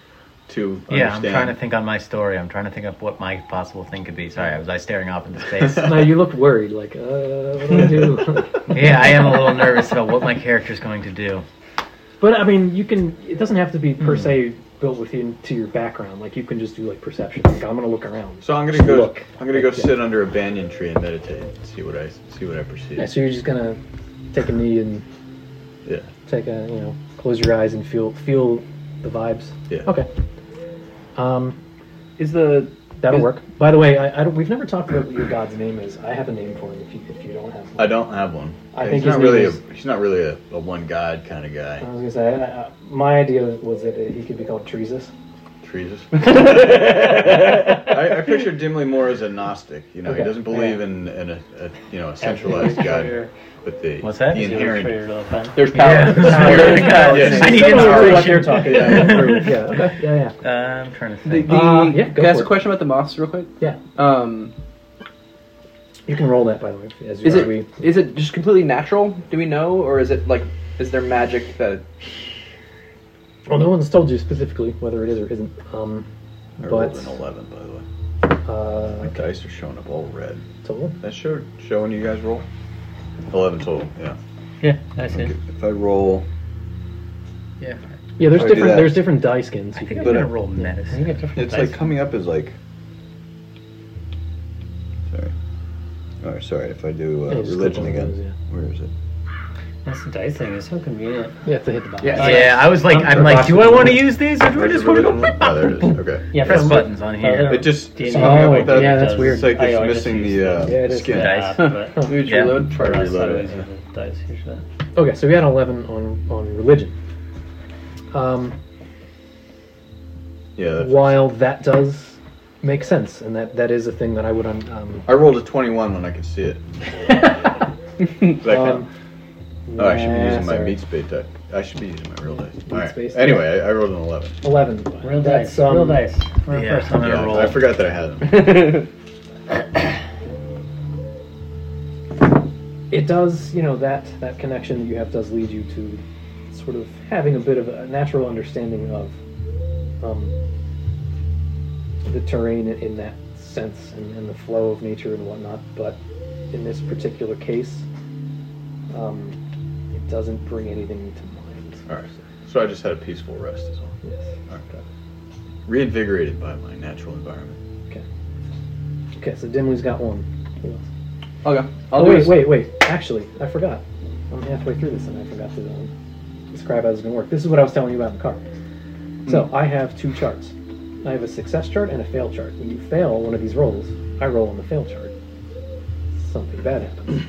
to
Mm-hmm. Yeah, I'm
understand.
trying to think on my story. I'm trying to think of what my possible thing could be. Sorry, I was I staring off into space.
No, you looked worried. Like, uh, what do I do?
yeah, I am a little nervous about what my character's going to do.
But I mean, you can. It doesn't have to be
Hmm.
per se built within to your background. Like you can just do like perception. Like I'm gonna look around.
So I'm gonna go.
Look.
I'm gonna go
Like, yeah.
sit under a banyan tree and meditate. and See what I see what I perceive.
Yeah, so you're just gonna take a knee and
Yeah.
take a you know close your eyes and feel feel the vibes.
Yeah.
Okay. Um,
Is the
that'll
Is-
work. By the way, I, I don't, we've never talked about what your god's name is. I have a name for him. If you if you don't have. One.
I don't have one.
I
Yeah,
think
he's not
his name
really
is-
a he's not really a, a one god kind of guy.
Uh. I was gonna say, I, I, my idea was that he could be called Treesus.
trees.
I,
I, I picture Dimly more as a Gnostic. You know, he
Okay.
doesn't believe in, in a, a you know a centralized god, but the
What's that?
the
Is he
inherent.
There's power.
Yeah.
Yeah.
I need
Someone
inspiration.
really what you're talking about.
Yeah.
yeah, okay, yeah, yeah.
Uh, I'm trying to
The,
think.
the,
Uh, yeah, go
can I ask
for
a
it.
question about the moss real quick?
Yeah.
Um,
You can roll that, by the way. As you
is
as
it
we,
is it just completely natural? Do we know, or is it like is there magic that?
well, no one's told you specifically whether it is or isn't. Um,
I rolled
but
an eleven, by the way. My
uh,
dice are showing up all red.
total.
That showed showing you guys roll. Eleven total. Yeah.
Yeah, that's
Okay.
it.
If I roll,
Yeah,
Yeah, there's
Oh, do
different.
that.
There's different die skins.
I
You
think
can
I'm
But
gonna
I-
roll
I think
medicine.
it's different
it's
dice.
like coming up as like. Sorry. Oh, sorry. If I do uh,
Yeah, just click
religion
one of
again,
those,
where is it?
That's the dice thing. It's so convenient.
You have to hit the button.
Yeah.
Yeah, I was like, I'm like, do I want to use these or do I
Where's
just
the
want to
religion?
go? whip
Oh,
up?
there it is. Okay.
Yeah,
Press
from-
buttons on here.
other-
It just
D&D.
somehow
Oh,
with that-
yeah, that's
It's like
I
it's
always
missing
use
the uh,
Yeah, it is.
skin.
Yeah.
Dice, but
Dude,
Yeah.
reload.
Try to
for us, I
reload
always
it.
use the dice usually.
Okay, so we had 11 on on religion. Um,
Yeah. that's-
while that does make sense, and that that is a thing that I would un- um.
I rolled a 21 when I could see it. Does that count?
um,
oh, I should be
yeah,
using my
sorry.
meat space die. I should be using my real dice. All right.
space die.
Anyway, I, I rolled an 11.
11.
Real
That's,
dice. real
um,
dice. Real
Yeah,
person.
I'm gonna
Yeah,
roll.
I forgot that I had them.
It does, you know, that that connection that you have does lead you to sort of having a bit of a natural understanding of um, the terrain in, in that sense and, and the flow of nature and whatnot. But in this particular case, um, it doesn't bring anything to mind.
All right. So I just had a peaceful rest as well.
Yes.
All right. Reinvigorated by my natural environment.
Okay, so Dimly's got one. Who else?
I'll go. I'll
Oh,
do
wait,
it.
wait, wait. Actually, I forgot. I'm halfway through this and I forgot to um, describe how this is going to work. This is what I was telling you about in the car.
Hmm.
So I have two charts. I have a success chart and a fail chart. When you fail one of these rolls, I roll on the fail chart. Something bad happens.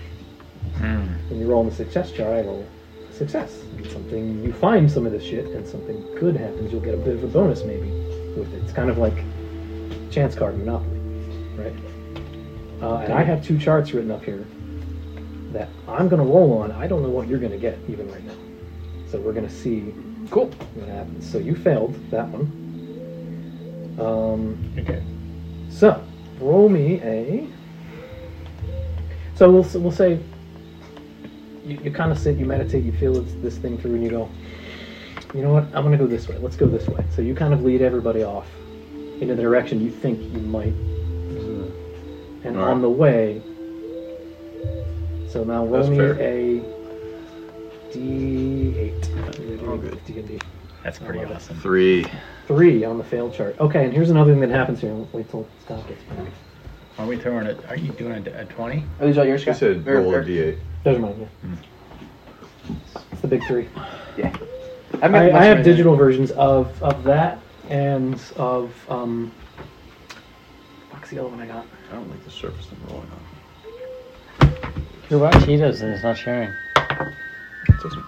Hmm.
When you roll on the success chart, I roll success. Something you find some of this shit and something good happens. You'll get a bit of a bonus maybe with it. It's kind of like chance card in Monopoly, right? Uh, and I have two charts written up here that I'm going to roll on. I don't know what you're going to get even right now. So we're going to see
Cool.
what happens. So you failed that one. Um,
Okay.
so roll me a. So we'll s- we'll say. You, you kind of sit, you meditate, you feel it's, this thing through, and you go. You know what? I'm gonna go this way. Let's go this way. So you kind of lead everybody off in a direction you think you might, and
Mm-hmm. All
on
right.
the way. So now roll
That's
me
fair.
a D8.
All good.
D&D.
That's pretty awesome.
Three.
Three on the fail chart. Okay, and here's another thing that happens here. Wait till Scott gets back.
Are we throwing it? Are you doing a twenty?
Are these all yours,
I
guys?
said
Or-
roll
or-
a d8.
Those are mine, yeah.
Hmm.
It's the big three.
I've got
I,
much
I have
of anything.
digital versions of, of that and of um fuck's the other one I got.
I don't like the surface I'm rolling on.
You bought Cheetos and it's not sharing.
It doesn't.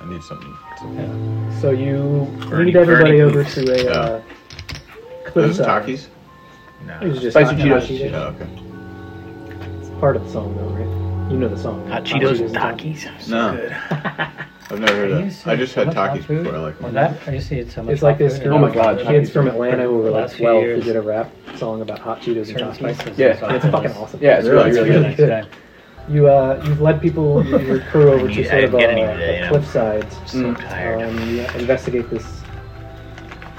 I need something. something.
So you
Bernie-
lead everybody
Bernie.
over to a uh
Those
cliffside.
Takis?
No.
It was just
Spicy
hot
Cheetos.
Cheetos.
Oh, okay.
It's part of the song though, right? You know the song.
Hot
right?
Cheetos and
Hot
Takis. are so
No.
good.
I've never
Are
heard
you
of that. I
serious?
just
How
had
much
Takis
food?
before. I like
Well,
them.
that I used to eat so much.
It's like
hot
this
food.
girl,
Oh my God,
kids
Takis
from
are
Atlanta who were like
Last few
12 who
years.
did a rap song about hot Cheetos and
Certain
hot spice.
pieces
Yeah,
of
And it's
sauce.
fucking awesome.
Yeah, it's really,
Really?
really
Really
good.
nice guy.
You uh, you've led people, your crew over to
Yeah,
sort of a,
I didn't get any today,
a
yeah.
cliffside.
So
Mm.
tired.
Um, you investigate this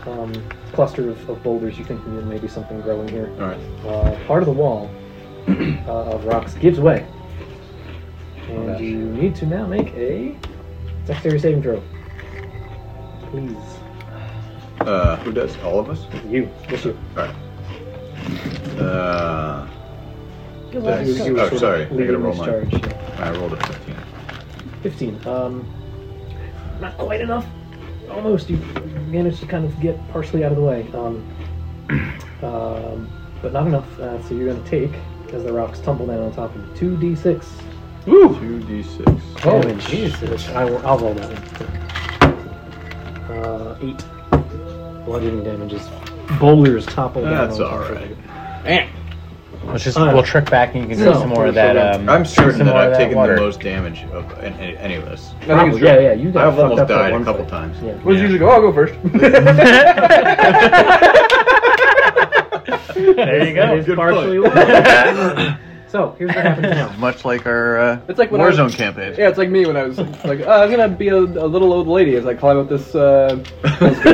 um, cluster of, of boulders. You think there may be something growing here.
All right.
Uh, part of the wall uh, of rocks gives way, and
Oh, gosh.
you need to now make a dexterity saving throw. Please,
Uh, who does? All of us?
you, just you.
Uh,
You- you
Dex-
were
oh,
sort of
sorry. I gotta
leading
roll
this
mine.
charge, yeah.
I rolled a 15.
15. Um, not quite enough. Almost. You managed to kind of get partially out of the way. Um, um, but not enough. Uh, so you're going to take, as the rocks tumble down on top of you, 2d6
Woo!
2d6.
Holy
damage.
Jesus.
I will, I'll roll that one. Uh, 8. bludgeoning damage as boulders topple down.
That's
on top
all
of
right.
you.
Let's just
Uh,
we'll trick back and you can
so-
do some more of that. Um,
I'm certain
some
that
more of
I've taken
water.
the most damage of an- an- any of us.
Probably, yeah, yeah, you got
I've
fucked
almost
up that
died a
one
couple
fight.
times.
Yeah.
Well,
Yeah.
usually go. I'll go first.
There you go.
That is
Good
partially
point.
what- so here's what happens now.
Much like our uh,
It's like when I was-
Warzone campaign.
yeah, it's like me when I was like, oh, I'm gonna be a, a little old lady as I climb up this. Uh, this
Maybe they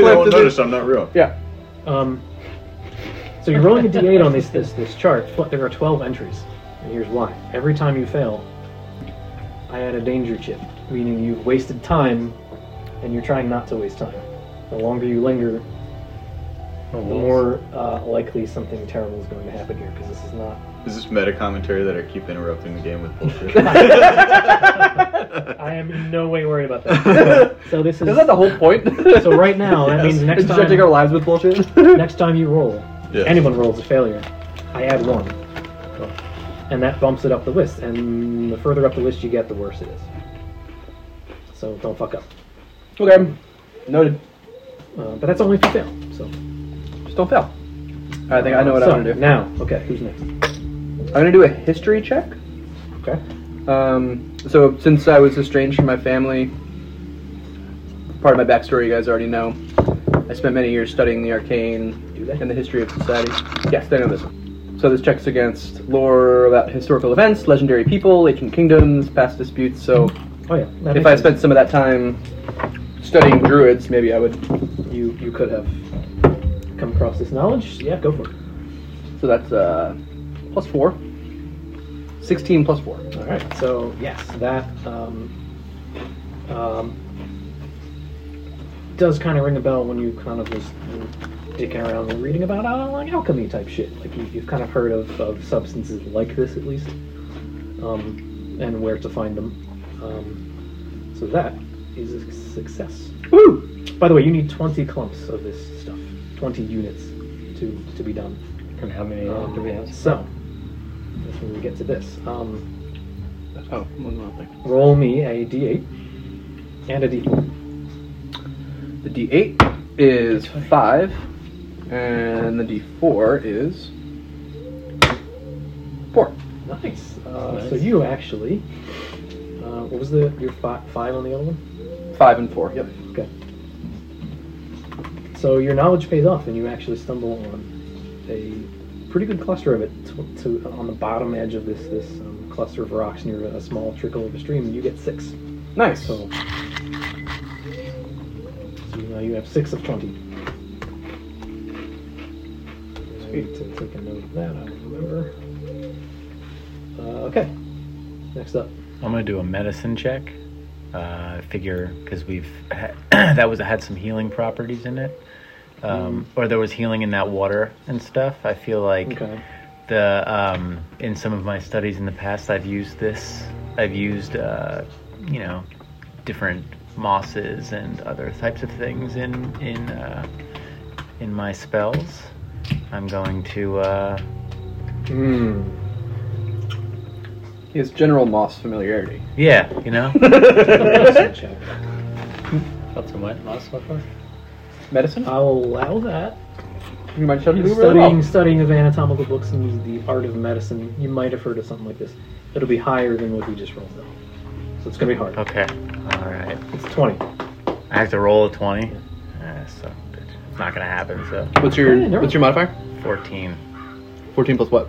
cliff to
won't notice
this-
I'm not real.
Yeah.
Um, so you're rolling a d8 on this this this chart, but there are 12 entries, and here's why. Every time you fail, I add a danger chip, meaning you've wasted time, and you're trying not to waste time. The longer you linger,
Oh,
the more uh, likely something terrible is going to happen here, because this is not.
Is this meta commentary that I keep interrupting the game with bullshit?
I am in no way worried about that. so this is.
Is that the whole point?
so right now, that means next time,
Injecting our lives with bullshit.
next time you roll,
Yes.
anyone rolls a failure, I add one. And that bumps it up the list. And the further up the list you get, the worse it is. So don't fuck up.
okay. Noted.
Uh, but that's only if you fail. So
Just don't fail. I think I know what
so,
I'm gonna do.
Now, okay, who's next?
I'm gonna do a history check.
Okay.
Um, so since I was estranged from my family, part of my backstory you guys already know. I spent many years studying the arcane
Do they?
and the history of society. Yes, they know this one. So this checks against lore about historical events, legendary people, ancient kingdoms, past disputes. So
Oh yeah. that
if I
makes sense.
spent some of that time studying druids, maybe I would.
you you could have come across this knowledge. Yeah, go for it.
So that's uh, plus four. Sixteen plus four.
All right. So yes, that um, um, does kind of ring a bell when you kind of was dicking around and reading about uh, like alchemy type shit. Like you, you've kind of heard of, of substances like this at least, um, and where to find them. Um, so that is a success.
Woo!
By the way, you need 20 clumps of this stuff, 20 units to to be done.
And how many
Oh.
uh, do we have?
So that's when we get to this. Um,
Oh, one more thing.
roll me a d8 and a d4.
The D8 is 5, and the D4 is 4.
Nice. Uh,
Nice.
So you actually, uh, what was the your fi- five on the other one?
5 and 4, yep.
Okay. So your knowledge pays off, and you actually stumble on a pretty good cluster of it to, to on the bottom edge of this this um, cluster of rocks near a small trickle of a stream. and You get six.
Nice.
So, so now you have six of twenty. I need to take a note of that. I don't remember. Uh, okay. Next up.
I'm gonna do a medicine check. Uh, I figure because we've had, that was had some healing properties in it, um, or there was healing in that water and stuff. I feel like
Okay.
the um, in some of my studies in the past, I've used this. I've used uh, you know different mosses and other types of things in in uh, in my spells. I'm going to uh,
Hmm.
He has General Moss familiarity.
yeah, you know,
Medicine check.
That's a what? Last so far?
Medicine?
I'll allow that.
You might have to do really
Studying
well.
studying of anatomical books and the art of medicine, you might have heard of something like this. It'll be higher than what we just rolled though. So it's gonna be hard.
okay, all right.
It's twenty.
I have to roll a 20. Ah, so it's not gonna happen. So
What's
Yeah,
your
never
what's your modifier?
14.
14 plus what?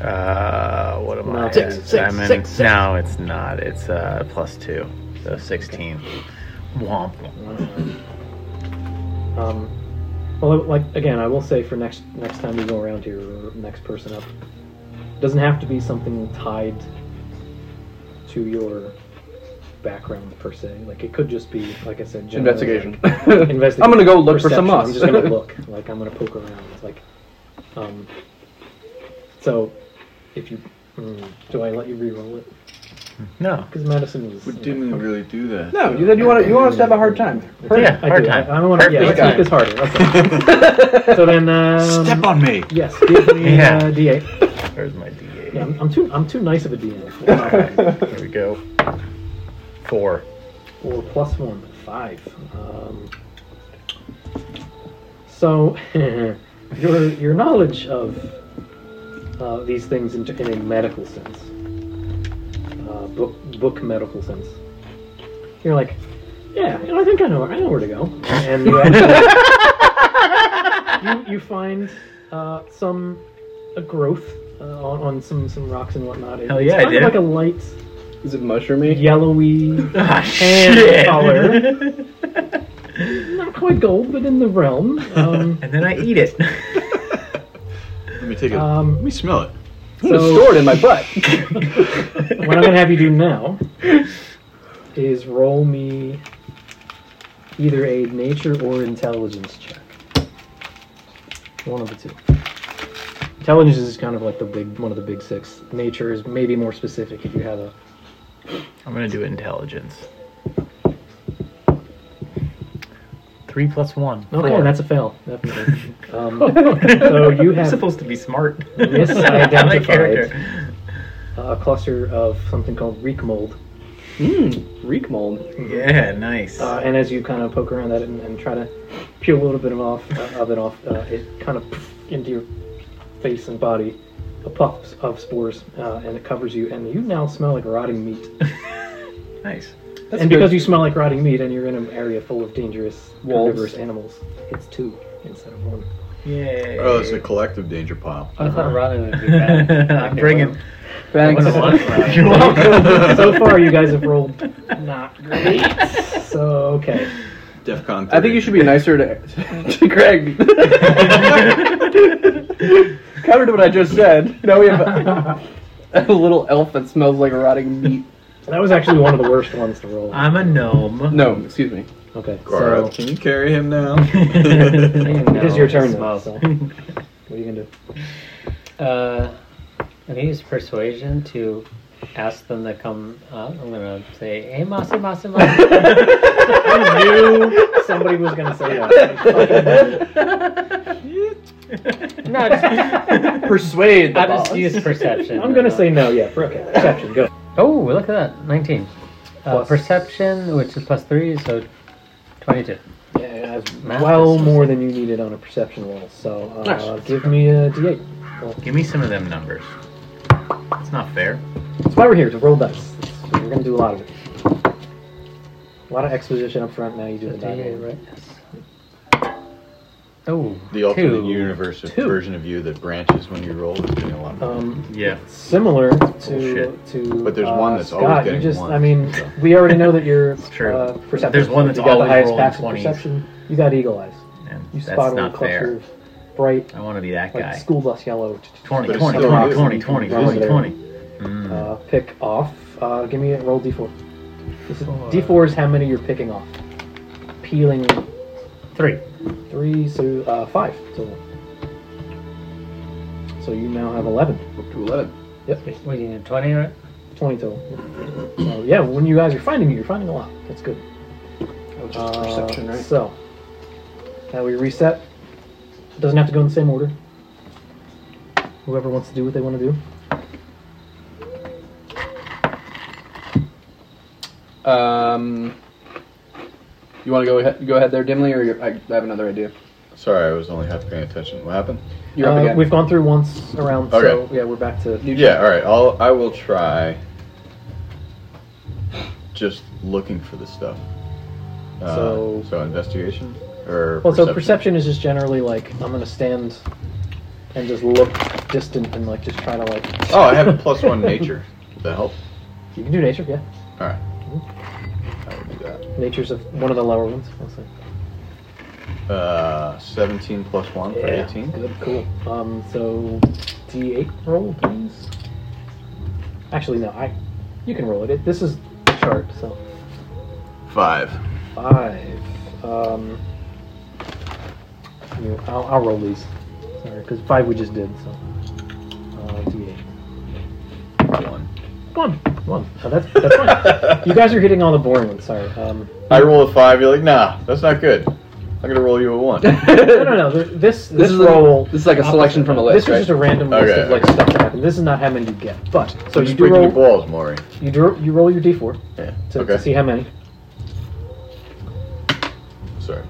Uh, what am
No,
I?
six,
at?
six,
Seven.
six, six.
No, it's not. It's uh plus two, so 16. Womp.
Um, well, like again, I will say for next next time we go around here, or next person up, doesn't have to be something tied to your background per se. Like it could just be, like I said, general,
Investigation.
like, investigation.
I'm gonna go look for
perception.
some moss.
I'm just gonna look. Like I'm gonna poke around. It's Like, um, so if you mm, do, I let you re-roll it
No.
because medicine was.
We didn't really do that.
No, you said you want you want us to have a hard time.
Oh, Yeah,
I
hard
do.
time.
I, I don't want to. Yeah,
Perfect
let's
time.
make this harder. That's all. so then, um,
Step on me.
Yes, give me
Yeah.
uh, D8.
There's my D8.
Yeah, I'm, I'm too I'm too nice of a DM.
There we go. Four.
or plus one, five. Um, So, your your knowledge of uh, these things in, in a medical sense, uh, book book medical sense, you're like, yeah, you know, I think I know I know where to go, and you actually, you, you find uh, some a growth uh, on, on some some rocks and whatnot. Hell
yeah, I
it's kind
did.
of like a light
Is it mushroomy?
yellowy
Ah,
And
shit.
color. not quite gold, but in the realm. Um,
and then I eat it.
Let me take a.
Um,
let me smell it.
I'm gonna
so-
store it in my butt.
what I'm gonna have you do now is roll me either a nature or intelligence check. One of the two. Intelligence is kind of like the big one of the big six. Nature is maybe more specific if you have a
I'm gonna do intelligence. Three plus one.
okay.
Four.
Oh, That's a fail. Definitely. Um, so you
I'm
have
supposed to be smart.
Misidentified.
My character.
a cluster of something called reek mold.
Mmm, reek mold.
Yeah, nice.
Uh, and as you kind of poke around that and, and try to peel a little bit of off uh, of it off, uh, it kind of into your face and body, a puff of spores, uh, and it covers you, and you now smell like rotting meat.
nice.
That's
and
good.
because you smell like rotting meat, and you're in an area full of dangerous
Wolves.
carnivorous animals, it's two instead of one. Uh-huh.
Yay.
Oh, it's a collective danger pile.
I thought Robin would be bad.
I'm bringing.
Thanks.
You're welcome.
so far, you guys have rolled not great. So okay,
DefCon.
I think you should be nicer to, to Greg. Counter to what I just said. Now we have a, a little elf that smells like rotting meat.
that was actually one of the worst ones to roll.
Uh,
I'm a gnome.
No, excuse me.
Okay,
Gara,
so
can you carry him now?
it is your turn now.
Smells.
So what are you gonna do?
Uh, I'm gonna use persuasion to ask them to come up. I'm gonna say, "Hey, Mossy, Mossy, Mossy."
I knew somebody was gonna say that.
no, just,
Persuade the
I'll just
boss.
use perception.
I'm gonna say no. Yeah, for okay. Perception, go.
Oh, look at that, 19. Uh,
Plus-
perception, which is plus three, so 22.
Yeah,
Math
well,
is-
more than you needed on a perception roll. So uh, give me a d8.
Give me some of them numbers. It's not fair.
That's why we're here to roll dice. That's- We're gonna do a lot of it. A lot of exposition up front. Now you do the die roll.
right? Oh,
The alternate
two.
universe of
Two.
version of you that branches when you roll is getting a lot. Of
Um,
Yeah.
similar to
Bullshit.
to.
But there's
uh,
one that's
Scott.
always
you
getting
just,
one,
I mean,
so.
we already know that your
true.
uh, perception.
There's one that's
you got the
always
highest
rolling
passive
20s.
perception. You got eagle eyes.
And
You
that's
spot a little
not
cluster
fair.
of bright,
I want to be that
like
guy.
school bus yellow.
20,
But it's
20,
still
20,
you.
20, 20,
You're over
20,
there.
20. Mm.
Uh, pick off. Uh, give me a roll d4. This is-
Four.
D4 is how many you're picking off. Peeling
Three.
three, so uh, five total. So you now have 11.
Up to 11.
What do you need, 20, right?
20 total. So, yeah, when you guys are finding it, you're finding a lot. That's good.
Oh, Just
Uh,
perception, right?
So, now we reset. It doesn't have to go in the same order. Whoever wants to do what they want to do.
Um, you want to go ahead, go ahead there, dimly, or you're, I, I have another idea.
Sorry, I was only half paying attention. What happened?
You're
Uh,
up again.
We've gone through once around, so
Okay.
yeah, we're back to.
Yeah. All right. I'll. I will try. Just looking for the stuff. Uh,
So-
So investigation or
Well,
perception?
so perception is just generally like I'm gonna stand and just look distant and like just try to like.
Oh, I have a plus one nature. Does that help?
You can do nature, yeah.
All right. I will do that.
Nature's of one of the lower ones. I'll say.
Uh, 17 plus 1 for
Yeah.
18.
Good, cool. Um, so D8 roll, please. Actually, no, I. You can roll it. it this is sharp, so
5.
five. Um, you, I'll, I'll roll these. Sorry, because five we just did. So uh, D8.
1.
One. One. Oh, that's, that's fine. you guys are hitting all the boring ones, sorry. Um,
I roll a 5, you're like, nah, that's not good. I'm going to roll you a 1.
Uh,
no, no, no. there- This, this,
is
roll.
Like, this is like a selection from a list,
This is
right?
just a random list
Okay,
of like
okay.
stuff that happened. This is not how many you get, but so
I'm
you
just
do
breaking
roll.
your balls, Maury.
You do, you roll your d4
Yeah.
to, to
okay.
see how many.
Sorry.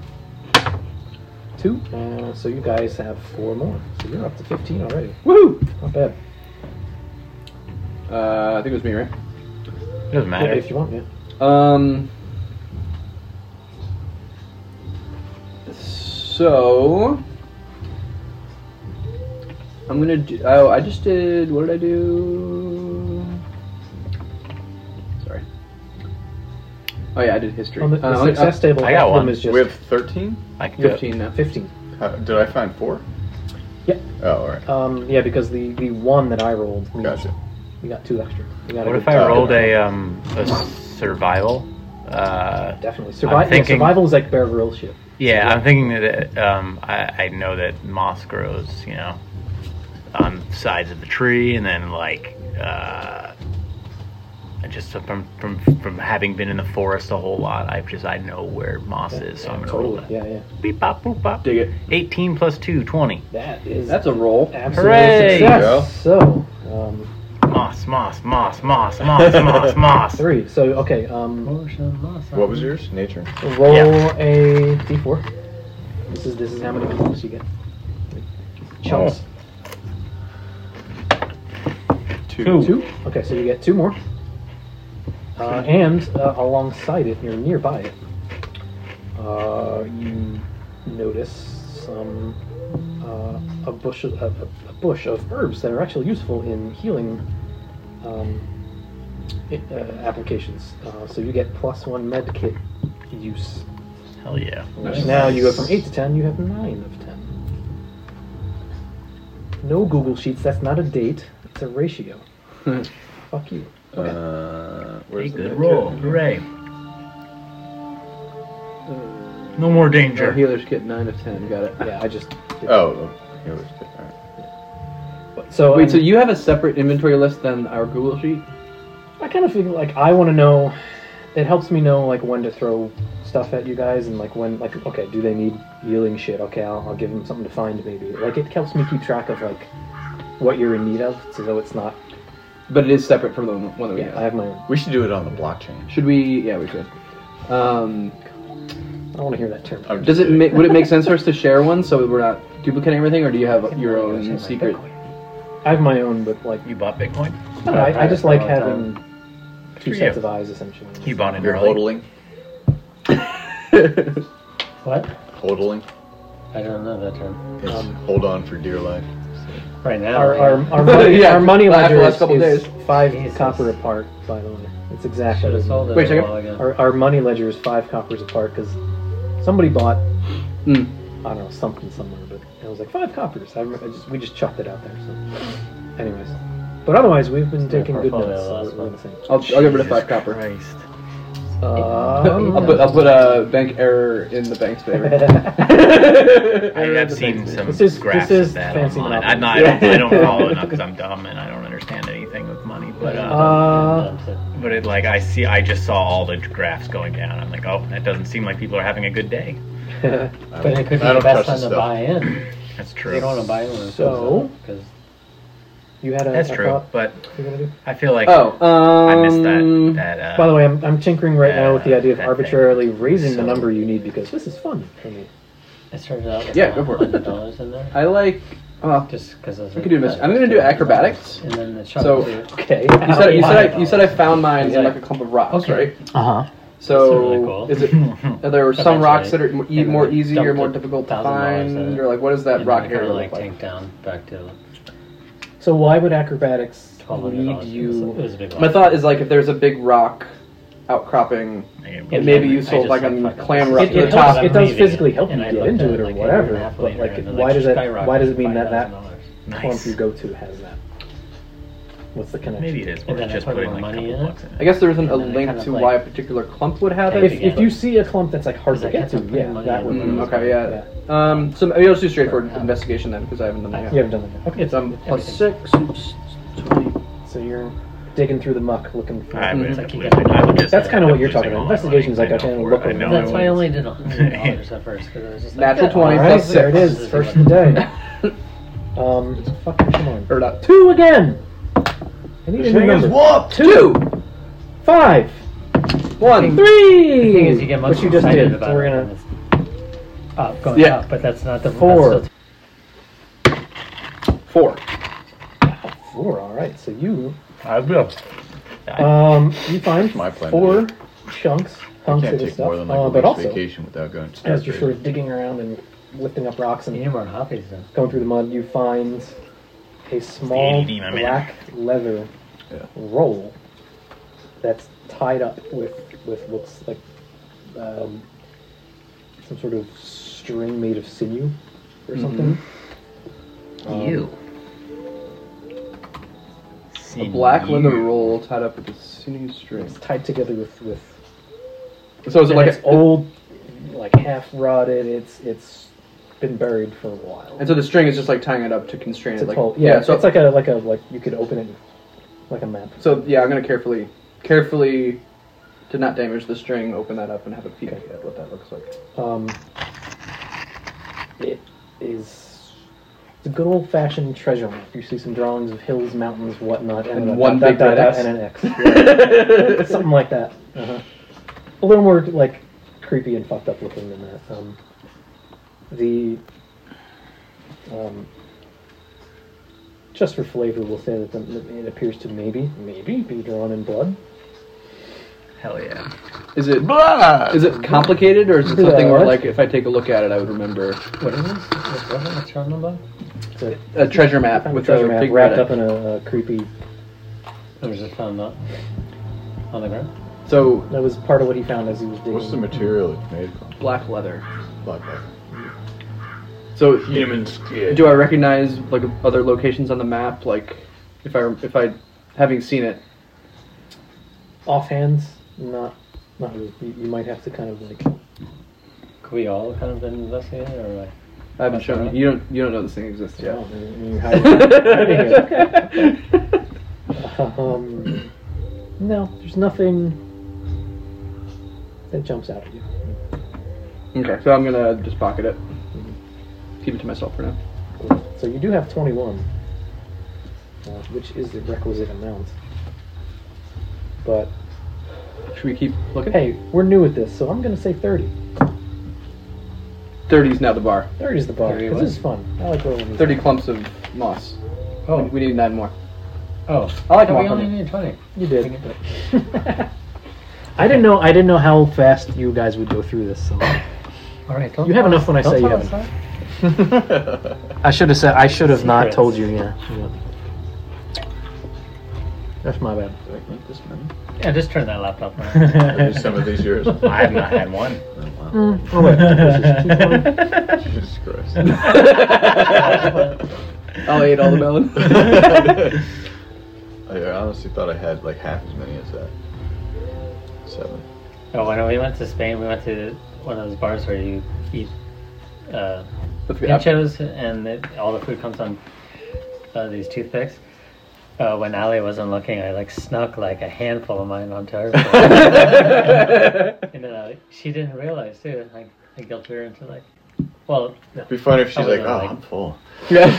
two. Uh, so you guys have four more. So you're up to 15 already.
Woohoo!
Not bad.
Uh, I think it was me, right?
It
Yeah,
doesn't matter.
if you want, yeah.
Um. So I'm gonna do. Oh, I just did. What did I do? Sorry. Oh yeah, I did history.
On the, the
Uh, I'm- I'm
success table,
I got
one of them
one.
is just
We have 13?
I can do it.
Fifteen now.
15.
How, did I find four?
Yeah.
Oh, all right.
Um, yeah, because the, the one that I rolled, means
Gotcha.
you got two extra. You got a
What
good
if I
job.
rolled a um a survival? Uh,
Definitely. Survi- yeah,
thinking-
survival is like Bear Grylls shit.
yeah, I'm thinking that it, um I, I know that moss grows, you know, on sides of the tree, and then like uh, I just from from from having been in the forest a whole lot, I just I know where moss is, so I'm gonna roll
Totally.
that.
Yeah, yeah.
Beep bop boop bop.
Dig it.
18 plus 2, 20.
That is
That's a roll.
absolutely
Hooray!
success. So, um,
Moss, moss, moss, moss, moss, moss, moss.
three. So, okay, um,
What was yours? Nature.
roll
Yeah.
a d4. This is this is how many chunks you get.
Oh.
Chunks.
Two.
Two. Okay, so you get two more. Uh, and uh, alongside it, or nearby it, uh, you notice some uh, a bush of, a, a bush of herbs that are actually useful in healing um, i- uh, applications. Uh, so you get plus one med kit use.
Hell yeah.
Which
Nice.
now you go from eight to ten. You have nine of ten. No Google Sheets. That's not a date. It's a ratio. Fuck you. Okay.
Uh, where's the
Hey, good
nature?
roll. Hooray. No more
Our
danger.
healers get nine of ten. Got it.
yeah, I just. did-
Oh, it was different. All right.
So
Wait,
um,
so you have a separate inventory list than our Google sheet?
I kind of feel like I want to know. It helps me know like when to throw stuff at you guys and like when like okay, do they need healing shit? Okay, I'll, I'll give them something to find maybe. Like it helps me keep track of like what you're in need of, so though it's not.
But it is separate from the one that we
Yeah,
have.
I have my. own.
We should do it on the blockchain.
Should we? Yeah, we should. Um,
I don't want to hear that term.
I'm
Does
just
it
kidding.
ma- would it make sense for us to share one so we're not duplicating everything, or do you have your own secret?
I have my own, but like
You bought Bitcoin?
I, don't know, I, I just like
All the
having
time.
two
For
sets
you.
of eyes essentially.
You bought it
You're
early.
hodling.
What?
Hodling.
I don't know that term.
It's hold on for dear life.
Right now.
Our,
yeah.
our, our money,
Yeah,
our money
laugh
ledger
the
is,
last couple
is five
Jesus.
copper apart, by the way. It's exactly.
Should have sold it
Wait a
a
second.
while ago.
Our, our money ledger is five coppers apart because somebody bought
Mm.
I don't know something somewhere, but it was like five coppers. I, rem- I just we just chucked it out there. So, anyways, but otherwise we've been
Yeah,
taking good
portfolio
notes. so
last
we're on
month.
the same.
I'll, I'll get rid of
Jesus
five copper.
Christ.
Um,
I'll put I'll put a bank error in the bank's favor.
I have seen some
This is-
graphs
this is
of that
fancy
online.
monopoly.
I'm not, I, don't, I don't follow it because I'm dumb and I don't understand anything with money. But uh,
uh,
but it, like I see, I just saw all the graphs going down. I'm like, oh, that doesn't seem like people are having a good day.
I
but
don't-
it could be the
I don't
best
touch
time
this
to
stuff.
buy in.
That's
You
true.
don't want to buy in when it
So-
because
you had a,
That's
a
true.
thought
But
you're gonna do.
I feel like
oh,
I
um,
missed that. That
By
uh,
the way, I'm, I'm tinkering right now with the idea of
Uh, that
arbitrarily raising the
So-
number you need because this is fun for me.
I started out with
Yeah, go for it.
hundred dollars in there.
I like. Oh,
Just because I
we
was like,
could do mis- I'm gonna do acrobatics.
And then the
So-
Okay.
You said you said I, you said I found mine in like a clump of rocks,
Okay.
right?
Uh huh.
So
That's really cool.
is it? Are there
But
some
that's
rocks
right.
that are more, e-
And
more
then
easy
dump
or more
the
difficult to
$1,000 at
find?
it.
Or like, what does that
and
rock
I kinda,
area
like
look like?
tank down back to
So why would acrobatics
twelve hundred
lead
dollars. it was, it
you?
was a big
My
loss.
thought is like if there's a big rock outcropping, it may be useful if I can clamber up
It-
to
it
the
helps-
top.
it does
Leaving
physically help
and
you
I
get
looked
into
at
it or
like a
whatever,
year and a half
but,
later,
like,
and then
why
it
does that-
skyrocketed
why does it
to
mean that that-
$5,000?
Clump
Nice.
you go to has that. What's the connection?
Maybe it is
And
worth
then I
just
put
putting
more
like a
money
couple
in it.
bucks in
I
it.
guess there isn't a
And then they kind
link
of,
to
like,
why a particular clump would have
If,
it.
take
if you see a clump that's like
Because
hard to
I
get
kept
to,
on putting
yeah,
money
that
in
would.
and
Mm,
it
okay, yeah. Um, so maybe I'll just do straightforward
Yeah.
investigation then, because I haven't done that
You
yet.
haven't done that. Okay,
It's um, plus
Everything.
six, it's twenty.
so you're digging through the muck looking for.
I would
Mhm.
end up
It's like you
losing-
got-
I would just
That's
end
kinda
up
what you're
losing
talking about.
all my
Investigation is
money.
like,
I know
okay,
for-
look
I
over
know
That's
I
why I
would.
only did hundred dollars at first because it was just like,
Natural
yeah,
20
all
All right,
plus
there it
six.
is. First of the day. Um, fucking come on.
Or not.
Two again. I need a new number.
warped.
Two,
Five,
one.
three.
The thing is, you get much
Which you just
excited
did.
about
So we're
it,
gonna.
and it's- up, going
Yeah.
up, but that's not the
Four.
That's
Four.
Four. All right. So you
I will.
um you find
My plan.
four chunks. chunks
I can't
of this
take
stuff,
more than like
uh,
a
but
week's
also
vacation without going to Star
as you're sort
Trek.
of digging around and lifting up rocks
You
and
need more hobbies then.
going through the mud, you find a small
ADD, my man.
black leather
Yeah.
roll that's tied up with with looks like um, some sort of string made of sinew or
Mm-hmm.
something. Um,
A black leather roll tied up with a sinew string.
It's tied together with with.
So is it
and
like
it's
a,
old, like half rotted. It's it's been buried for a while.
And so the string is just like tying it up to constrain
It's a
it. Like,
tall- yeah,
So
so it's like a like a like you could open it like a map.
So yeah, I'm gonna carefully, carefully, to not damage the string, open that up and have a peek at what that looks like.
Um, it is it's a good old fashioned treasure map. You see some drawings of hills, mountains, whatnot, and,
And
a
one
dot,
big
dot,
red
dot,
X.
and an X, something like that.
Uh-huh.
A little more like creepy and fucked up looking than that. Um, the um, just for flavor, we'll say that the, it appears to maybe, maybe be drawn in blood.
Hell yeah.
Is it
Blah!
is it complicated or is it something
Yeah,
where
what?
like if I take a look at it I would remember
What is this? What's that? What's wrong with that?
It's a,
a treasure map
kind of
with
treasure
a
map
big
wrapped
red
up
X.
in a, a creepy
It was just found up on the ground.
So
That was part of what he found as he was digging.
What's the material it's made from?
black leather.
Black leather.
So
Human skin.
do I recognize like other locations on the map? Like if I if I having seen it,
Offhand, not, not really. You, you might have to kind of like.
Could we all kind of investigate it, or like?
I haven't
That's
shown
alright.
you. You don't you don't know this thing exists yet.
Oh, and- and you hide it. um, no, there's nothing that jumps out at you.
Okay, so I'm gonna just pocket it. Keep it to myself for now.
So you do have 21, uh, which is the requisite amount. But
Should we keep looking?
hey, we're new at this, so I'm gonna say 30.
30's now the bar.
30 is the bar
30
because
what?
this is fun. I like rolling. these.
30 clumps of moss.
Oh,
We need nine more.
oh.
I like
No, we
walking.
only need twenty.
You did. but- I didn't know. I didn't know how fast you guys would go through this. So
All right. Don't
You have
tell us-
enough when I
don't
say you
tell
have
us that.
I should have said. I should have not
Secrets.
told you. Yeah. yeah. That's my bad.
Do I need this many?
Yeah, just turn that laptop
Maybe
on.
some of these years.
I have not had one.
Oh, wow.
Oh wait. This is
Jesus Christ.
I'll eat all the melon.
I honestly thought I had like half as many as that. Seven.
Oh, when we went to Spain, we went to one of those bars where you eat uh,
Let's get up.
pinchos, and it, all the food comes on uh, these toothpicks. Uh, when Ali wasn't looking, I like snuck like a handful of mine onto her, and then uh, she didn't realize too. Like I guilt her into like, well, no.
It'd be funny if she's
Probably
like,
not
oh,
like-
I'm full.
Yeah.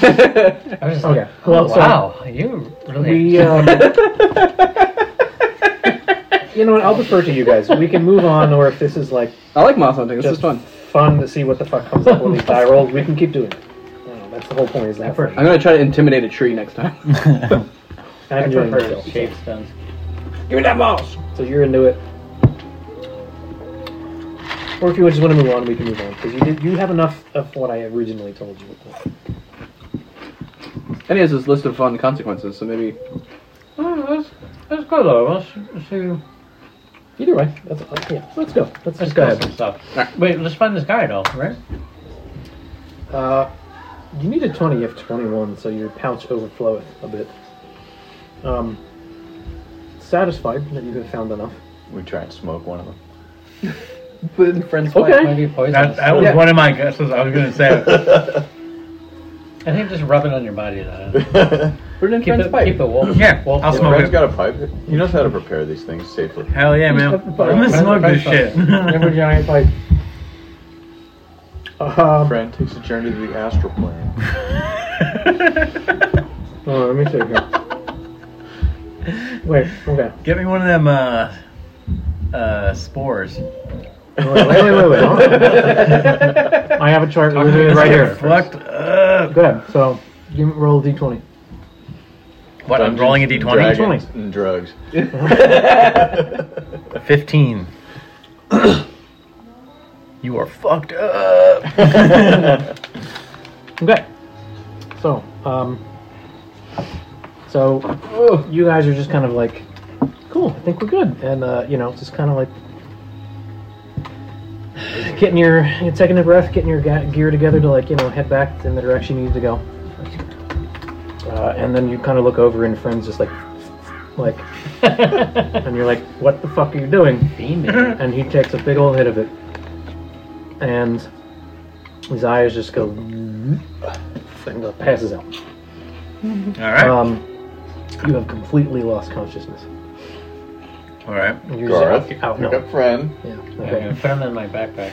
I was just
Okay.
like, well,
Well, so-
wow, you really.
We, um, you know what? I'll defer to you guys. We can move on, or if this is like
I like moss hunting. This
just
is fun.
fun to see what the fuck comes up when these die rolls, we can keep doing it. You know, that's the whole point. Is that fun.
I'm gonna try to intimidate a tree next time.
I'm enjoying myself.
shape stones.
Give me that moss.
So you're into it. Or if you just want to move on, we can move on because you did, you have enough of what I originally told you.
And he has this list of fun consequences, so maybe
Let's, let's go though. Let's see.
Either way, that's yeah. Let's go. Let's
Let's
just go
go
ahead.
some stuff. Wait, let's find this guy though, right?
Uh, you need a twenty. You have twenty-one, so your pouch overfloweth a bit. Um, satisfied that you have found enough.
We try and smoke one of them.
put it in friends.
Okay.
fight.
Might be poisonous.
That, that was one of my guesses. I was going to say.
I think just rub it on your body. Though.
Put it in
Keep
friends.
it,
fight.
keep it warm.
Yeah,
Well,
I'll
Yeah,
smoke
Brad's
it.
got a pipe. He knows how to prepare these things safely.
Hell yeah, man. I'm going to smoke this shit.
Never giant pipe.
Um,
Brad takes a journey to the astral plane.
hold on, Oh, let me see here. Wait. Okay.
Get me one of them uh, uh, spores.
Wait, wait, wait, wait. wait. hold on. I have a chart literally right here.
Fucked up.
Good. So give me roll a d20.
What? I'm
Dungeons
rolling a
and
d20.
Dragons And drugs.
15. you are fucked up.
Okay. So, um, so you guys are just kind of like, cool. I think we're good, and uh, you know, just kind of like getting your taking a breath, getting your ga- gear together to like you know head back in the direction you need to go. Uh, and then you kind of look over, and friends just like, like, and you're like, what the fuck are you doing?
Demon.
and he takes a big old hit of it. And his eyes just go and passes out.
All right.
Um, you have completely lost consciousness.
All right.
You're just
Garth,
out, out
pick
Oh, no.
up friend.
Yeah.
I'm
Okay.
gonna put them in my backpack.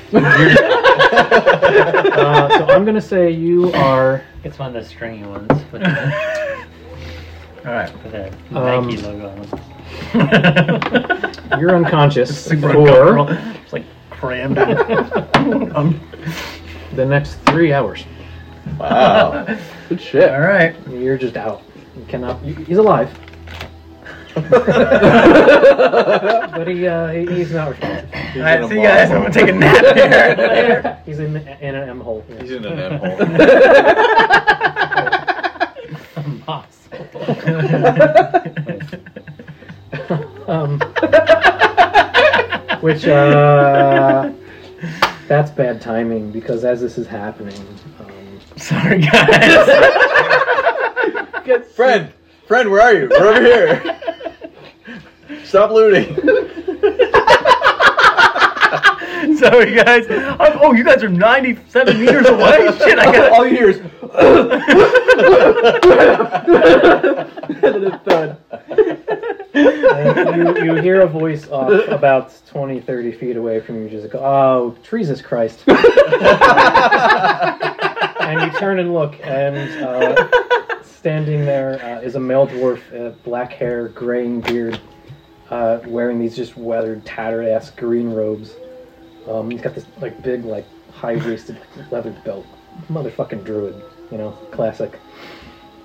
Uh, so I'm gonna say you are.
It's one of the stringy ones with the,
All right.
with the
Um,
Nike logo on them.
You're unconscious
Super
for
uncomfortable. It's like crammed. in. um,
the next three hours.
Wow.
Good shit.
all right.
You're just out. You cannot. You, he's alive, but he, uh, he he's not responsive.
He's
All right.
in
See
a
you guys. I'm
ball.
gonna take a nap here.
He's in, in an M hole. Yeah.
He's in an hole.
Um, which uh, that's bad timing because as this is happening, um,
Sorry, guys.
friend, friend, where are you? We're over here. Stop looting.
Sorry, guys. I'm, oh, you guys are 97 meters away. Shit, I got.
All you hear is.
you, you hear a voice off about 20, 30 feet away from you, just go, "Oh, Jesus Christ!" and you turn and look, and uh, standing there uh, is a male dwarf, uh, black hair, graying beard, uh, wearing these just weathered, tattered ass green robes. Um, he's got this like big, like high waisted leather belt, motherfucking druid, you know, classic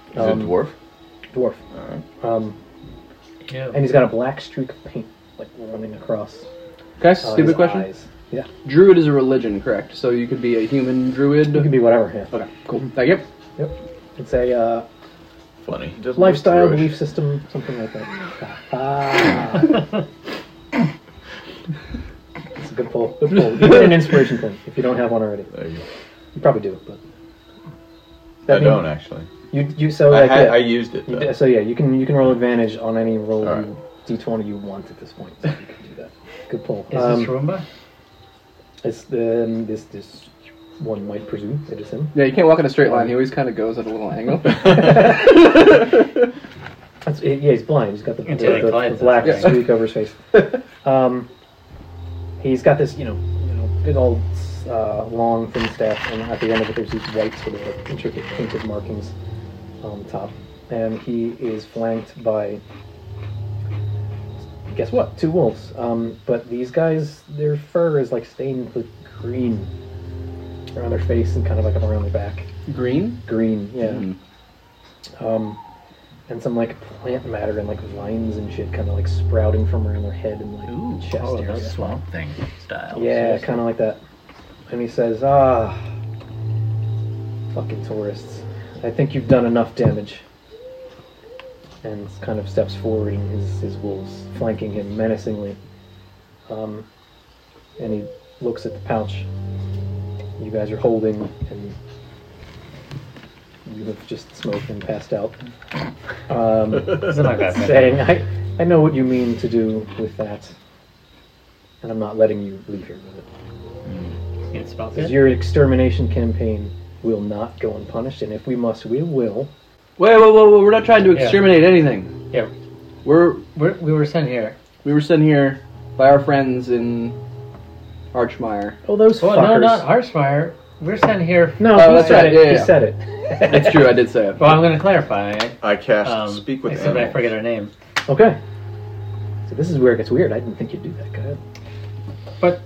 He's a dwarf.
dwarf. Um, and he's got a black streak of paint like running across.
Can I ask a
uh,
stupid
his
question?
Eyes. Yeah,
Druid is a religion, correct? So you could be a human druid.
it could be whatever. Yeah,
Okay, cool. Thank you.
it's a uh,
Funny. He doesn't
lifestyle
look
belief
druish.
system, something like that. Ah. It's a good pull. Good pull. You get an inspiration point if you don't have one already.
There you go.
You probably do, but
I don't actually.
You you so
I,
like
had,
yeah.
I used it
You
though.
d- so yeah, you can you can roll advantage on any roll
All right.
you, d20 you want at this point. So you can do that. Good pull.
Is
Um,
this Roomba?
It's um, this this one might presume it is him.
Yeah, you can't walk in a straight line. He always kind of goes at a little angle.
That's, yeah, he's blind. He's got the, the,
Until he
the- the
collides,
black
that's
streak over his face. Um, he's got this, you know, you know, big old uh, long thin staff, and at the end of it, there's these white sort of like, intricate painted markings on the top, and he is flanked by. Guess what? Two wolves. Um, but these guys, their fur is like stained with green around their face and kind of like around their back
Green?
green, yeah. Um, and some like plant matter and like vines and shit, kind of like sprouting from around their head and like chest
oh,
area.
the swamp thing style.
Yeah, kind of like that. And he says, "Ah, fucking tourists! I think you've done enough damage." And kind of steps forward, and his his wolves flanking him menacingly. Um, and he looks at the pouch you guys are holding, and you have just smoked and passed out. Um,
This is my backpack.
saying, I, I know what you mean to do with that, and I'm not letting you leave here with it.
It smells
Because
good.
your extermination campaign will not go unpunished, and if we must, we will.
Wait, whoa, whoa, whoa! We're not trying to
Yeah.
exterminate anything.
Yeah.
We're
We're, we were sent here.
we were sent here by our friends in Archmire.
Oh, those
Well, no,
fuckers.
not Archmire. We're sent here.
No,
Oh,
he
that's
said
right,
it.
yeah,
he
yeah.
said it.
That's true. I did say it.
Well, I'm going to clarify.
I cast
Um,
speak with
except I
animals.
forget her name.
Okay. So this is where it gets weird. I didn't think you'd do that. Go ahead.
But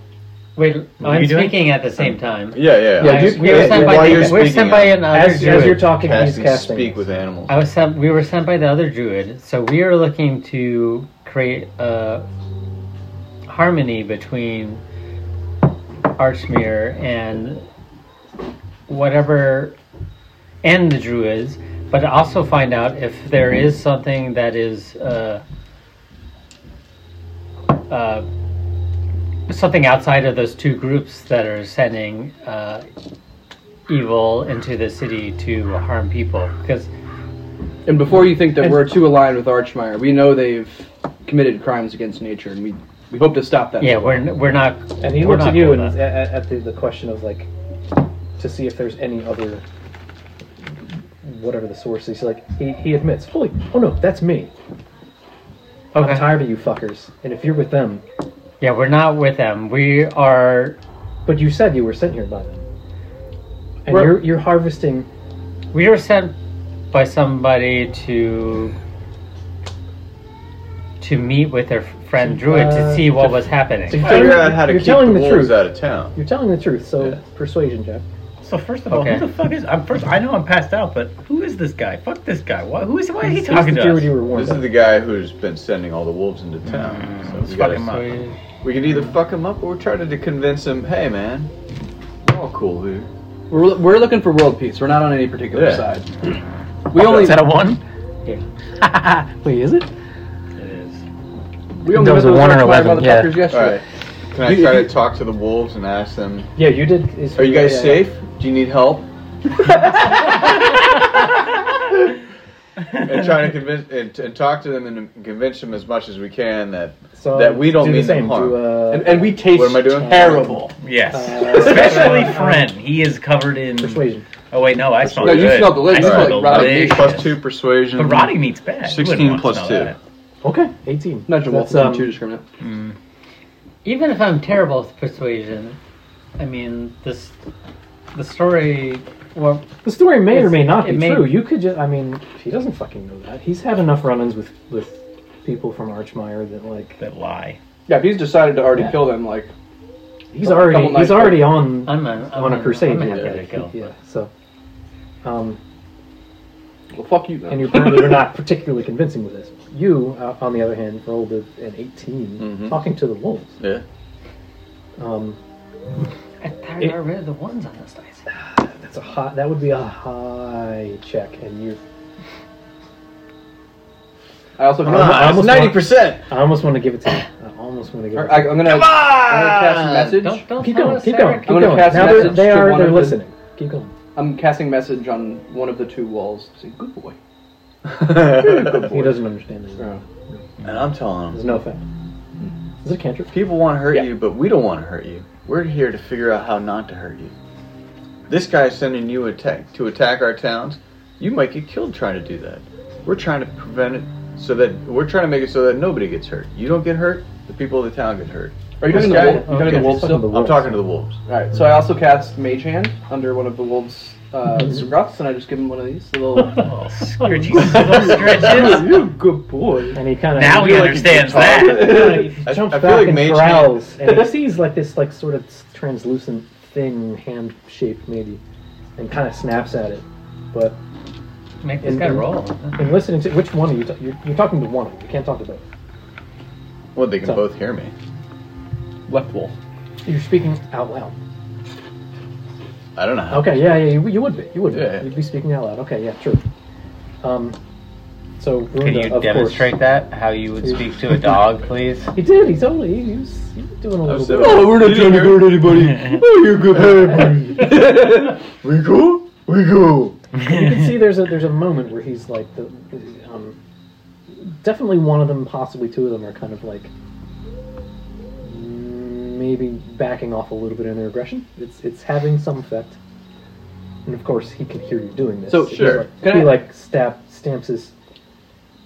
Wait, I'm
you doing?
speaking at the same time.
Yeah, yeah.
Yeah,
I-
dude,
we were
yeah,
sent
while
by,
you're
the, we were
speaking,
sent by Um,
I'm-
another
As,
druid.
as you're talking, he's
casting
casting.
speak with animals.
I was sent, we were sent by the other druid, so we are looking to create a harmony between Archmere and whatever, and the druids, but also find out if there is something that is uh, uh, something outside of those two groups that are sending uh, evil into the city to harm people because.
And before you think that
And-
we're too aligned with Archmire, we know they've committed crimes against nature, and we we hope to stop that.
Yeah, we're we're not.
And he
we're
looks
not
at you
doing
and
that.
at, at the, the question of like to see if there's any other whatever the source is. Like he, he admits fully. Oh no, that's me.
Okay.
I'm tired of you fuckers. And if you're with them,
yeah, we're not with them. We are.
but you said you were sent here by them, and
We're-
you're you're harvesting.
We were sent by somebody to to meet with their friend Druid to
uh,
see what was happening.
to-
Figure out how to
You're
keep
telling the
the wolves
truth.
out of town.
You're telling the truth. So
Yeah.
persuasion, Jeff.
So first of all,
Okay.
who the fuck is? I'm first. I know I'm passed out, but who is this guy? Fuck this guy. Why, who is? Why is he
He's the
talking to
druid
us?
you were warned
This is
of.
the guy who's been sending all the wolves into town.
Mm,
so
Let's
we,
fuck him
gotta,
up.
So-
we can either fuck him up or we're trying to convince him, hey man, we're all cool here.
We're, we're looking for world peace. We're not on any particular
Yeah.
side. We only
Is that a one?
Wait, is it?
It is.
we only
That was
met
a
those
one or
Archmire
11, yeah.
motherfuckers
All right.
yesterday.
Can I try to talk to the wolves and ask them,
Yeah, you did. is-
are you guys
yeah, yeah.
safe? Do you need help? and trying to convince and, and talk to them and convince them as much as we can that
So
that we don't
do the
mean them
same.
harm.
Do, uh,
And, and we taste
What am I doing?
terrible.
Yes.
Uh,
Especially Fren. He is covered in.
persuasion.
Oh wait, no, I smell
No,
good.
you smell delicious.
I
You
smell
smell like rotting
delicious.
plus two persuasion.
But rotting meat's bad. You
16
wouldn't want
plus
to smell
two.
that.
Okay, 18.
Not your
That's,
wolf,
um,
too discriminate.
even if I'm terrible with persuasion, I mean this the story. Well,
The story may or
It's-
may not
it
be
may-
true. You could just, I mean, he doesn't fucking know that. He's had enough run ins with, with people from Archmire that, like,
That lie.
Yeah, if he's decided to already
Yeah.
kill them, like
he's
Couple
already
nights
he's
ago.
already on
I'm, a, I'm
on
a-
a crusade.
Um, I'm
here.
happy to kill.
Yeah, so. Um,
well, fuck you. Then.
and you apparently were not particularly convincing with this. You, uh, on the other hand, rolled a, an 18
Mm-hmm.
Mhm.
talking to the wolves.
Yeah.
Um,
I thought I got rid of the ones on this dice.
that's a high, That would be a high check, and you.
I also
Come on,
I almost
ninety percent.
I almost want to give it to you. I almost want to give it.
I,
To you.
I'm gonna, I'm gonna cast a
Don't
message.
don't
Keep
tell
going.
us,
Keep
Eric.
going.
I'm
Keep
gonna
going.
pass
Now they're,
message
they
to
are.
one
They're
of the-
listening. Keep going.
I'm casting message on one of the two walls. Say, good boy.
He doesn't understand that.
And I'm telling
There's
them,
no effect.
Hmm.
Is it a cantrip?
people want to hurt
Yeah.
you, but we don't want to hurt you. We're here to figure out how not to hurt you. This guy's sending you attack to attack our towns. You might get killed trying to do that. We're trying to prevent it so that we're trying to make it so that nobody gets hurt. You don't get hurt. The people of the town get hurt.
Are you
This
talking to the
guy-
wolf? You talking to the
okay.
wolf
Fucking
still?
the
I'm
wolves.
talking to the wolves.
Alright, so I also cast Mage Hand under one of the wolves' uh, scruffs, and I just give him one of these little.
Oh, scritchy little stretches.
you good boy.
And he kind of
Now he understands that.
I-
he jumps
I feel
back
like
and
mage
growls, and he sees like this like sort of translucent thing, hand shaped maybe, and kind of snaps at it. But
Make this guy roll.
in listening to which one are you? Ta- you're, you're talking to one. of them. You can't talk to both.
Well, they can
So-
both hear me.
Left wolf.
You're speaking out loud.
I don't know how.
Okay, yeah, yeah, you, you would be. You would be.
Yeah, yeah.
You'd be speaking out loud. Okay, yeah, true. Um, so
Can
Runda,
you
of
demonstrate
course.
that? How you would speak to a dog, please?
He did. He totally. He, he, was, he was doing a little bit.
Oh, we're not trying to hurt
anybody.
Oh, you're good. we go. We go.
you can see there's a there's a moment where he's like the um, definitely one of them possibly two of them are kind of like mm, maybe backing off a little bit in their aggression it's it's having some effect and of course he can hear you doing this
So,
He's
sure.
like-
Can
he
I-
like stab stamps his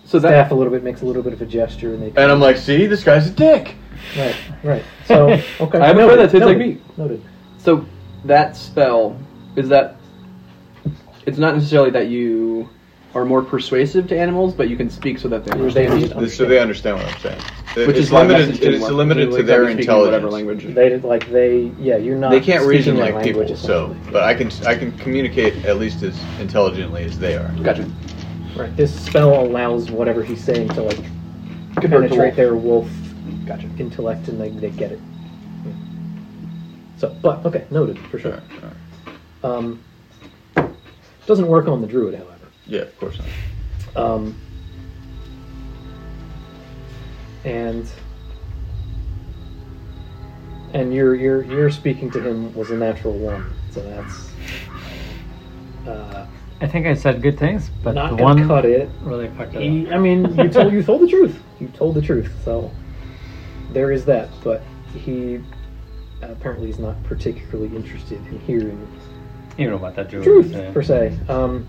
So that. Uh,
staff a little bit makes a little bit of a gesture and they
And I'm like, see, this guy's a dick.
right right so okay
I have a friend that tastes like me.
noted
So that spell is that. It's not necessarily that you are more persuasive to animals, but you can speak so that they
They
understand.
need
you.
So they understand what I'm saying. Which
is
it's
why
limited.
message
It's
didn't work.
limited
Literally
to their
couldn't speak in
intelligence.
Whatever language.
They did like they yeah you're not.
They can't reason
speaking their
like people.
language,
So,
essentially.
but I can I can communicate at least as intelligently as they are.
Gotcha.
Right. This spell allows whatever he's saying to like
Convert to
penetrate
wolf.
their wolf
Gotcha.
intellect, and they, they get it. So, but okay, noted for sure.
Sure, sure.
Um, doesn't work on the druid, however.
Yeah, of course not.
Um, and and your your your speaking to him was a natural one, so that's uh,
I think I said good things, but
not
the
gonna
one
cut it.
really fucked it
He,
up.
I mean, you told you told the truth. You told the truth. So there is that. But he apparently is not particularly interested in hearing
You know what that drew.
truth
yeah.
per se. Um,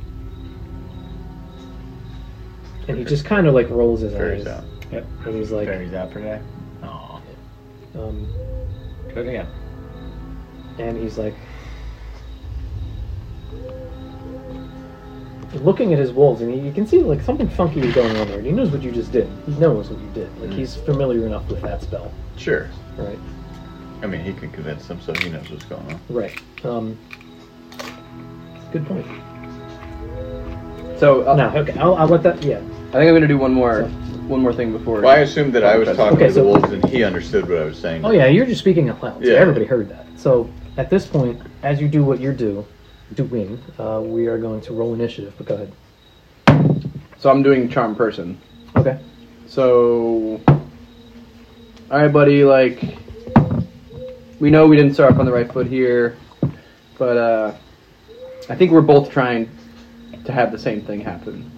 and he just kind of like rolls his
Fairies
eyes,
out.
Yep.
and he's like,
Fairies out for today. Aw.
um,
Do it again.
and he's like looking at his wolves and he, you can see like something funky is going on there and he knows what you just did he knows what you did like
Mm.
he's familiar enough with that spell
Sure.
right
I mean, he can convince them, so he knows what's going on.
Right. Um, good point.
So uh,
No, okay, I'll, I'll let that. Yeah.
I think I'm gonna do one more,
So-
one more thing before.
Well, I assumed that I was talking
Okay,
to the
so-
wolves, and he understood what I was saying.
Oh yeah, you're just speaking out loud. So
Yeah.
Everybody heard that. So at this point, as you do what you're do, doing, uh, we are going to roll initiative. But go ahead.
So I'm doing charm person.
Okay.
So, all right, buddy. Like, we know we didn't start up on the right foot here, but uh, I think we're both trying to have the same thing happen.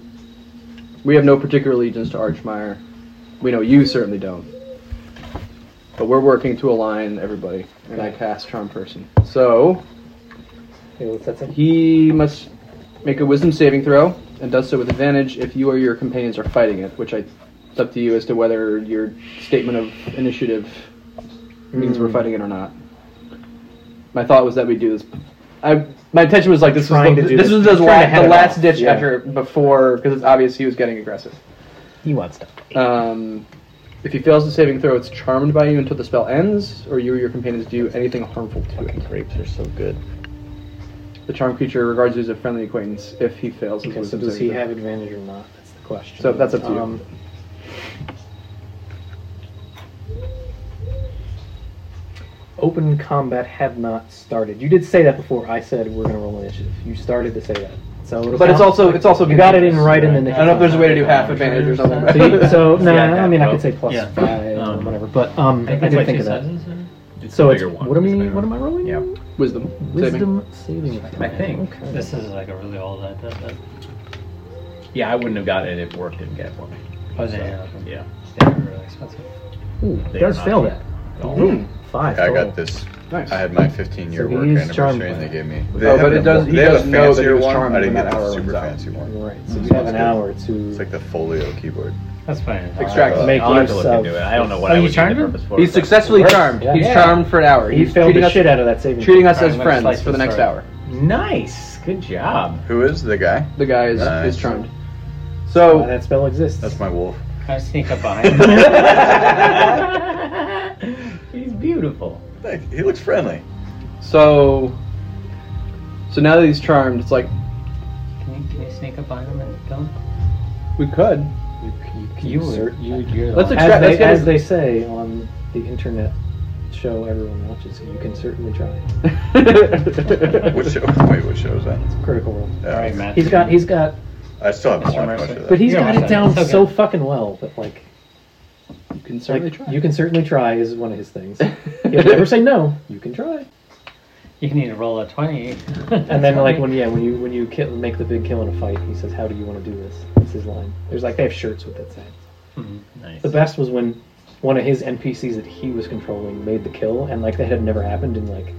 We have no particular allegiance to Archmire. We know you certainly don't. But we're working to align everybody, and I cast charm person. So
Hey, what's that say?
he must make a wisdom saving throw and does so with advantage if you or your companions are fighting it, which I, it's up to you as to whether your statement of initiative means
Hmm.
we're fighting it or not. My thought was that we do this. I my intention was like this was
Trying
the,
to do
this,
this-
was his
trying to
la-
head
the
it
last
off,
ditch
yeah.
effort before because it's obvious he was getting aggressive.
He wants to.
Um, if he fails the saving throw, it's charmed by you until the spell ends, or you or your companions do anything harmful to it.
Fucking grapes are so good.
The charmed creature regards you as a friendly acquaintance if he fails. his
Okay. So
wisdom
does
saving
he
throw.
have advantage or not? That's the question.
So that's Um, up to you.
Open combat had not started. You did say that before. I said we're gonna roll initiative. You started to say that. So, it'll
But it's
sound-
also it's also
you got it in right in the.
I don't know if there's a way to do half advantage or something.
So, you, so no,
Yeah,
I mean I
well,
could say plus
yeah.
five or
Um,
whatever, but um, I,
think
didn't
it's like
think of
two
that.
It's
So
a
it's
bigger one,
what am
isn't
I?
it?
What am I rolling?
Yeah.
wisdom. Saving.
Wisdom saving.
I think.
Okay.
This is like a really old. I thought that.
Yeah, I wouldn't have got it if work didn't get one.
Oh,
So,
yeah.
yeah.
They're really expensive.
Ooh,
They
does
are
fail
not
that.
Oh.
Mm.
Five.
I
total.
got this.
Nice.
I had my 15 year
So he
work
is charmed
anniversary, and
by
they
that.
gave me.
Oh,
They
but
have
it
a-
does- he
They have
does
a
know that he
fancier
was
one.
charmed
I didn't
when
get
that
the
hour
super
runs out.
fancy one.
Right. So
Mm.
you have an hour to.
It's like the folio keyboard.
That's fine.
Extract.
Uh,
Make
I'll have to look
yourself-
into it. I don't know what
Oh,
I
you
would
charmed
need the
him?
purpose for.
He's
but-
successfully charmed.
Yeah.
He's
Yeah.
charmed for an hour.
he
He's
failed
treating
the
us,
shit out of that saving.
treating us
Alright,
as
I'm gonna
friends
slice
for the
this
next
right.
hour.
Nice. Good job.
Who is the guy?
The guy is,
Nice.
is charmed.
throw.
So
that spell exists.
That's my wolf.
I sneak up behind him.
He's beautiful.
Hey, He looks friendly.
so so now that he's charmed, it's like
Can you, can you sneak up behind him and kill him?
we could.
You, you, can
You
insert-
were, you, you're the
Let's
one.
ex-
as,
let's
they,
get
as
it-
they say on the internet show everyone watches, you can certainly try.
What show? Wait, what show is that?
It's Critical Role.
Uh,
All right, Matt.
He's got, he's got,
I still haven't
Mr.
watched much
Mercer.
of
but
that.
he's
Yeah, my
got it
son.
down
It's okay.
so fucking well that like,
you can certainly
like
try.
you can certainly try is one of his things. He'll never say no. You can try.
You can either roll a 20.
And then like when yeah when you when you kill, make the big kill in a fight, he says, "How do you want to do this?" That's his line. There's like they have shirts with that saying.
Nice.
The best was when one of his NPCs that he was controlling made the kill, and like that had never happened in like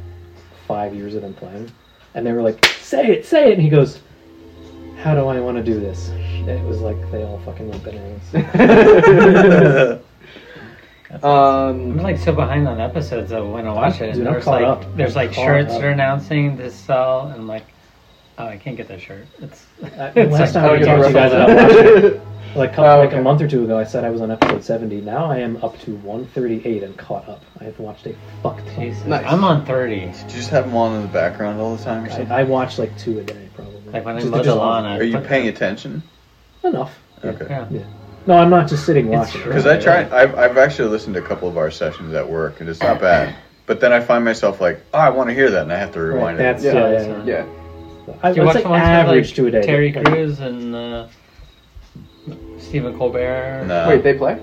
five years of them playing. And they were like, "Say it, say it," and he goes, "How do I want to do this?" And it was like they all fucking went bananas.
I'm
um
like so behind on episodes that when I watch it, and
Dude, I'm
there's
caught
like
up.
there's
I'm
like
caught
shirts
up.
that are announcing this sell, and I'm like, oh, I can't get that shirt. It's,
Uh,
it's
last
like,
time
oh,
we
you
talked
were
about
right.
that, Like, a couple,
Oh,
like
okay.
a month or two ago, I said I was on episode 70. Now I am up to 138 and caught up. I have watched a fuck ton.
Jesus.
Nice.
I'm on 30.
Did you just have them on in the background all the time or something?
I, I watch like two a day, probably.
Like when I
Just-
muddle
just-
on, I
Are you
put-
paying attention?
Enough.
Okay.
Yeah.
No, I'm not just sitting
It's
watching.
true.
Because I tried, I've, I've actually listened to a couple of our sessions at work, and it's not bad. But then I find myself like, oh, I want to hear that, and I have to rewind
That's, yeah,
it.
yeah,
that's
yeah.
fine.
Yeah.
I,
Do you
I'd
watch
say
the ones with,
average
like,
two a day.
Terry Crews and uh, Stephen Colbert.
No.
Wait, they play?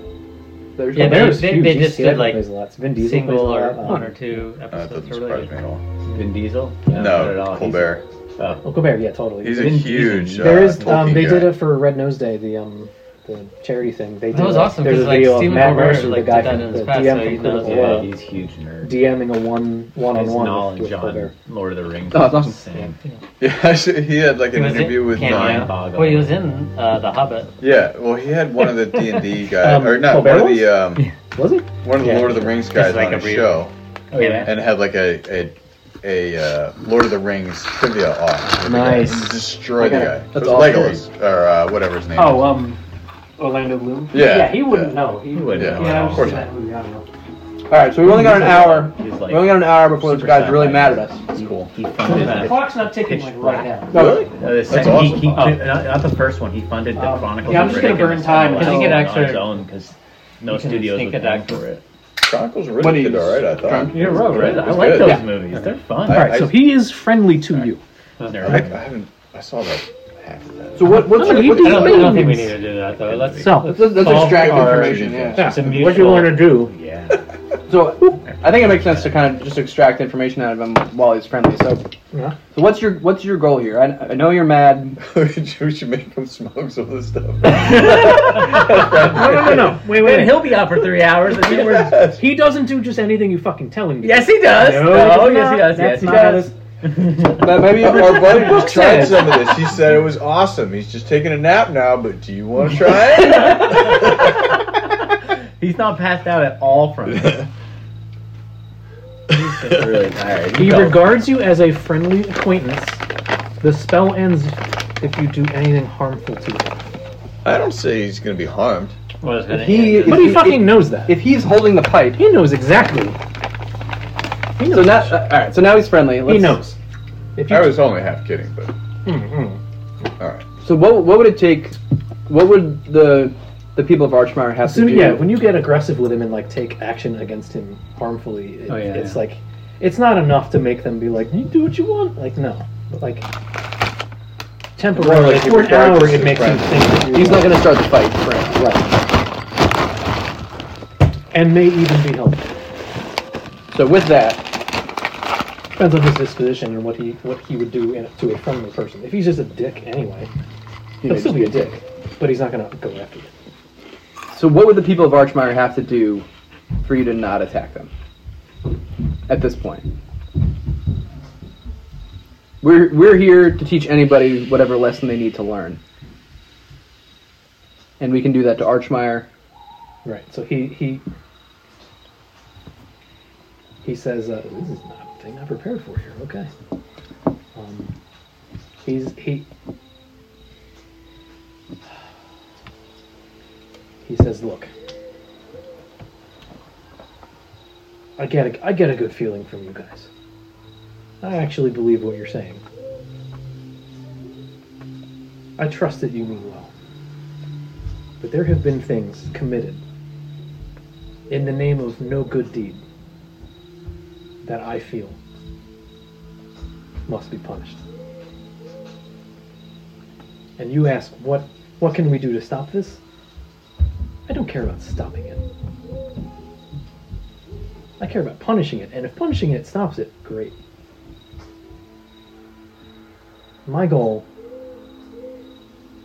There's
Yeah,
no-
they,
There's
they,
huge.
they
You
just
see that
did like
plays a lot. Vin Diesel
single
plays a
or
lot.
one or two
Uh, that
episodes.
doesn't
or
surprise me
related.
at all.
Vin Diesel? not at
No,
all.
Colbert.
Oh, Colbert, yeah, totally.
He's a
Vin-
huge. Uh,
there is.
Tolkien
Um, they
guy.
did it for Red Nose Day, the um, the charity thing. They
That
did
was
a-
awesome,
There's a
'cause, like,
video
Stephen
of Matt
Colbert,
Mercer,
like,
the guy
did that
from
in
the
his past,
DM
so he
from Critical
knows,
Yeah,
Role,
he's a huge nerd.
DMing a one one on
His
one with
knowledge
Colbert.
on Lord of the Rings
Oh, that's
is
awesome.
insane.
Yeah, actually, he had like
He
an
was in
interview with.
Cameo.
Nine.
Mind-boggling.
Well, he was in uh, The Hobbit.
Yeah, well, he had one of the D and D guys,
Um,
or not
Colbert
one of the um,
Was it?
one of the
Yeah.
Lord of the Rings
This
guys
is like
on
a
a
real-
show,
Oh, yeah.
and had like a a, a uh, Lord of the Rings trivia off.
Nice.
And destroy
Okay,
the guy.
that's
It was
awesome.
Legolas or uh, whatever his name.
Oh,
is.
um, Orlando Bloom.
Yeah,
Yeah, he wouldn't
yeah.
know. He
He wouldn't
Yeah.
know at
Yeah,
all.
I'm
Of
just
course
that movie. I don't know.
All right, so we've only got an hour.
He's
We
like
only got an hour before this
super
guy's really
sci-fi.
mad at us.
He's cool. He funded
The
the,
clock's not ticking like right now.
No,
Really?
no, the
That's
second,
awesome.
he, he,
Oh.
not, not the first one. He funded the
Um,
Chronicles.
yeah, I'm
of
just gonna
Riddick and
burn
the
time,
Silmarillion
'cause
he could
on his
actually-
own because no
you can
studios
sneak
would
it
pay
back. Oh,
for it.
Chronicles
When
really did
he's
all right. I thought.
You're right. I
It's
like
good.
those
Yeah.
movies. They're fun.
I-
All right, so he is friendly to you.
They're-
I, I haven't. I saw that half of that.
So what? What's your,
I'm gonna
what's
eat
your
I don't, I
plan?
don't think we need to do that though. Let's.
So,
Let's, let's
Solve
extract
our-
information. Yeah.
It's a
what you
mutual-
want to do?
Yeah.
So I think it makes sense to kind of just extract information out of him while he's friendly. So,
Yeah.
so what's your what's your goal here? I, I know you're mad.
we should- we should make him smoke some of this stuff.
No, no, no, no. Wait,
Then
wait. wait.
he'll be out for three hours. And then we're...
Yes.
He doesn't do just anything you fucking tell him. to do.
Yes, he does.
No,
No,
he does
Oh, yes, he
not.
does.
That's
yes, he
not how
does.
But maybe
Our buddy
or
just tried some of this. He said it was awesome. He's just taking a nap now, but do you want to try it?
He's not passed out at all from it. He's just really tired.
He
He's all-
regards you as a friendly acquaintance. The spell ends if you do anything harmful to him.
I don't say he's going to be harmed.
Well, it's gonna
He-
end.
But he
If-
fucking
if-
knows that.
if he's holding the pipe.
he knows exactly. He knows.
So now, uh, all right. So now he's friendly. Let's,
he knows. If you
I was only half kidding, but
Hmm,
Mm-mm.
all right.
So what what would it take? What would the the people of Archmire have
So
to do?
yeah, when you get aggressive with him and like take action against him harmfully, it,
Oh, yeah,
it's
yeah.
like it's not enough to make them be like, "You do what you want." Like no, but like temporarily
Like,
for an
regards
hour,
to
it makes him
friends.
think that you're
he's not
like-
going to start the fight. Right.
right, and may even be helpful.
So with that,
Depends on his disposition and what he what he would do in, to a friendly person. If he's just a dick anyway,
he
he'll
may
still
just
be a
be a
dick, but he's not gonna go after you.
so what would the people of Archmire have to do for you to not attack them? At this point, we're we're here to teach anybody whatever lesson they need to learn, and we can do that to Archmire.
Right. So he he he says, uh, "This is not a thing I prepared for here." Okay. Um, he's he he says, "Look, I get a, I get a good feeling from you guys. I actually believe what you're saying. I trust that you mean well." But there have been things committed in the name of no good deed that I feel must be punished. And you ask, what, what can we do to stop this? I don't care about stopping it. I care about punishing it, and if punishing it stops it, great. My goal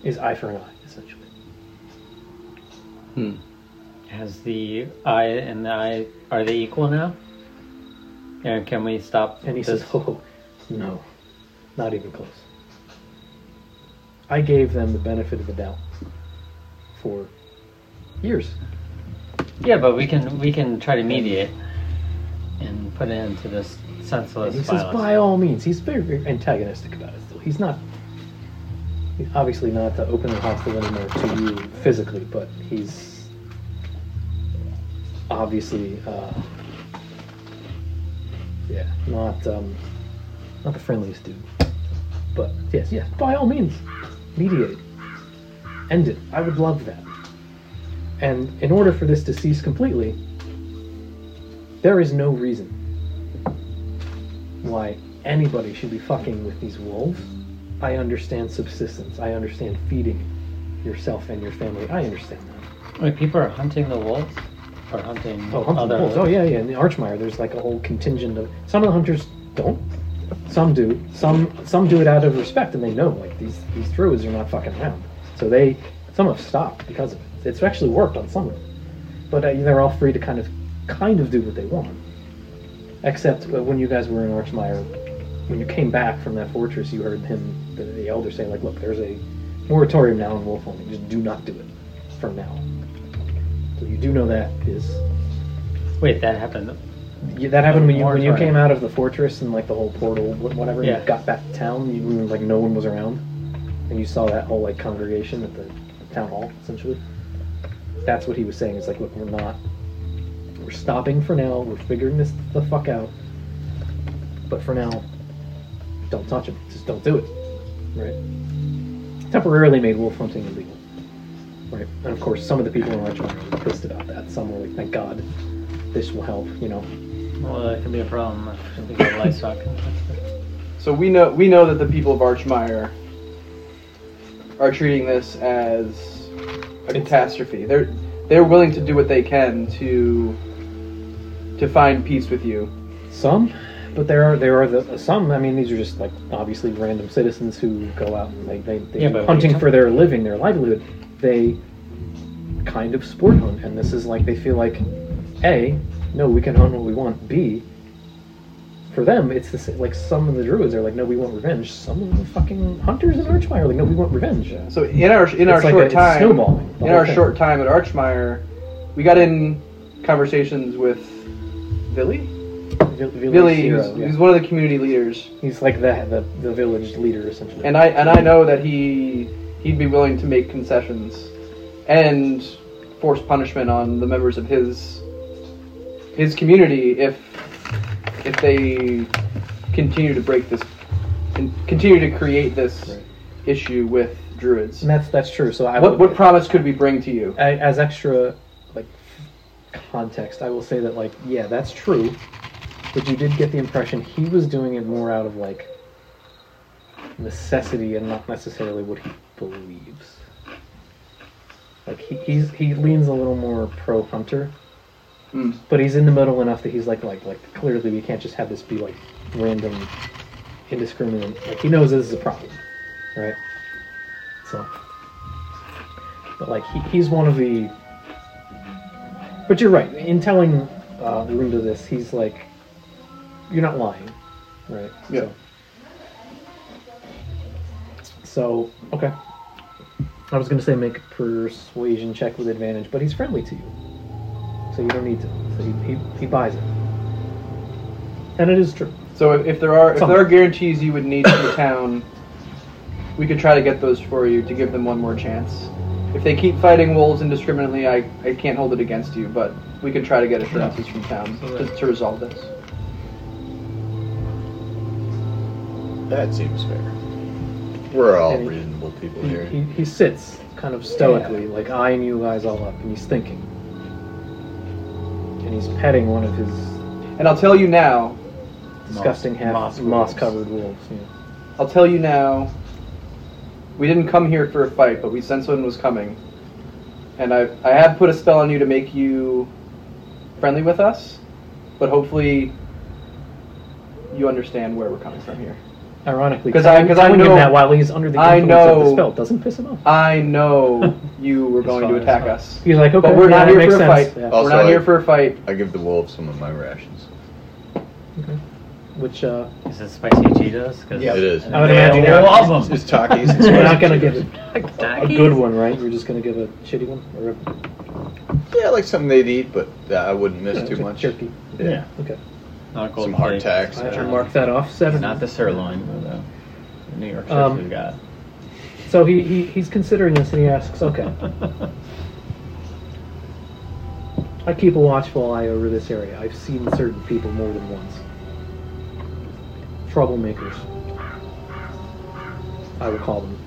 is eye for an eye, essentially.
Has the I and the I are they equal now? And can we stop?
And he
this?
says, Oh, no, not even close. I gave them the benefit of the doubt for years.
"Yeah, but we can we can try to mediate and put an end to this senseless
And he says,
violence."
By all means, he's very, very antagonistic about it still. He's not obviously not uh, openly hostile anymore to you physically, but he's obviously, uh, yeah, not um, not the friendliest dude. But yes, yes, by all means, mediate, end it. I would love that. And in order for this to cease completely, there is no reason why anybody should be fucking with these wolves. I understand subsistence. I understand feeding yourself and your family. I understand that.
Wait, people are hunting the wolves? Or hunting
Oh, hunting
other
wolves. Oh yeah, yeah. In the Archmire, there's like a whole contingent of some of the hunters don't. Some do. Some some do it out of respect, and they know like these these druids are not fucking around. So they some have stopped because of it. It's actually worked on some of them, but uh, they're all free to kind of kind of do what they want. Except uh, when you guys were in Archmire, when you came back from that fortress, you heard him, the, the elder, say like, "Look, there's a moratorium now on wolf hunting. Just do not do it from now." So you do know that is
Wait, that happened.
yeah, that happened when you, when you
Moratorium.
came out of the fortress and like the whole portal, wh- whatever.
Yeah.
You got back to town. You remember, like no one was around, and you saw that whole like congregation at the town hall essentially. That's what he was saying. It's like, look, we're not, we're stopping for now. We're figuring this the fuck out. But for now, don't touch him. Just don't do it. Right. Temporarily made wolf hunting illegal. Right. And of course, some of the people in Archmont were pissed about that. Some were like, thank God, this will help. You know.
Well, that could be a problem if something got livestock.
So we know we know that the people of Archmire are treating this as a catastrophe. They're they're willing to do what they can to to find peace with you.
Some, but there are there are the some. I mean, these are just like obviously random citizens who go out and they they, they
Yeah,
do
but-
hunting for their living, their livelihood. They kind of sport hunt, and this is like they feel like, a, no, we can hunt what we want. B, for them, it's the sa- like some of the druids are like, no, we want revenge. Some of the fucking hunters in Archmire are like, no, we want revenge. It's
So in our in our
like a-
short
it's
time
snowballing. the
in
whole
our
thing.
short time at Archmire, we got in conversations with Billy.
Vil- Village
Billy,
hero,
who's,
yeah.
who's one of the community leaders,
he's like the, the the village leader essentially.
and I and I know that he he'd be willing to make concessions and force punishment on the members of his his community if if they continue to break this and continue to create this
Right.
issue with druids.
and that's that's true. So I
What
would-
what promise could we bring to you?
I, as extra like context, I will say that like yeah, that's true, but you did get the impression he was doing it more out of like necessity and not necessarily what he believes. Like he he's, he leans a little more pro hunter,
Mm.
but he's in the middle enough that he's like like like clearly we can't just have this be like random, indiscriminate. Like he knows this is a problem, right? So but like he, he's one of the but you're right in telling uh Arunda this he's like you're not lying right
Yeah.
so, so okay i was going to say make a persuasion check with advantage but he's friendly to you so you don't need to so he, he, he buys it and it is true
So if, if there are if
Some.
there are guarantees you would need from the town, we could try to get those for you to give them one more chance. If they keep fighting wolves indiscriminately, I, I can't hold it against you, but we could try to get assurances from town to, to resolve this.
That seems fair. We're all
And he-
reasonable people
he,
here.
he, he sits kind of stoically, like eyeing you guys all up, and he's thinking. And he's petting one of his
And I'll tell you now,
disgusting half
moss wolves.
moss covered wolves. yeah.
I'll tell you now. We didn't come here for a fight, but we sensed one was coming, and I I have put a spell on you to make you friendly with us, but hopefully you understand where we're coming from here.
Ironically,
'Cause I-
telling-
'cause I
telling him
know-
that while he's under the
I
influence of the
know-
spell doesn't piss him off.
I know you were
It's
going
fine,
to
it's
attack
fine.
us.
He's like, okay,
But we're
yeah,
not
that
here
makes
for a
sense.
fight.
Yeah.
Also,
we're not
I-
here for a fight.
I give the wolves some of my rations.
Which uh,
Is it spicy Cheetos? 'Cause
It is.
I would imagine
They
you're-
love them.
It's Takis. and
we're not
spicy
gonna give
potatoes.
it a good one, right? You're just gonna give a shitty one or a
Yeah, like something they'd eat, but uh, I wouldn't miss too
a
much.
jerky.
Yeah.
Okay,
Not gold
Some hard tacks.
plates.
I, I marked that off. Seven.
Not the sirloin, though. The uh, New York
Um,
um, we've got.
So he, he he's considering this and he asks, okay. I keep a watchful eye over this area. I've seen certain people more than once. Troublemakers. I would call them.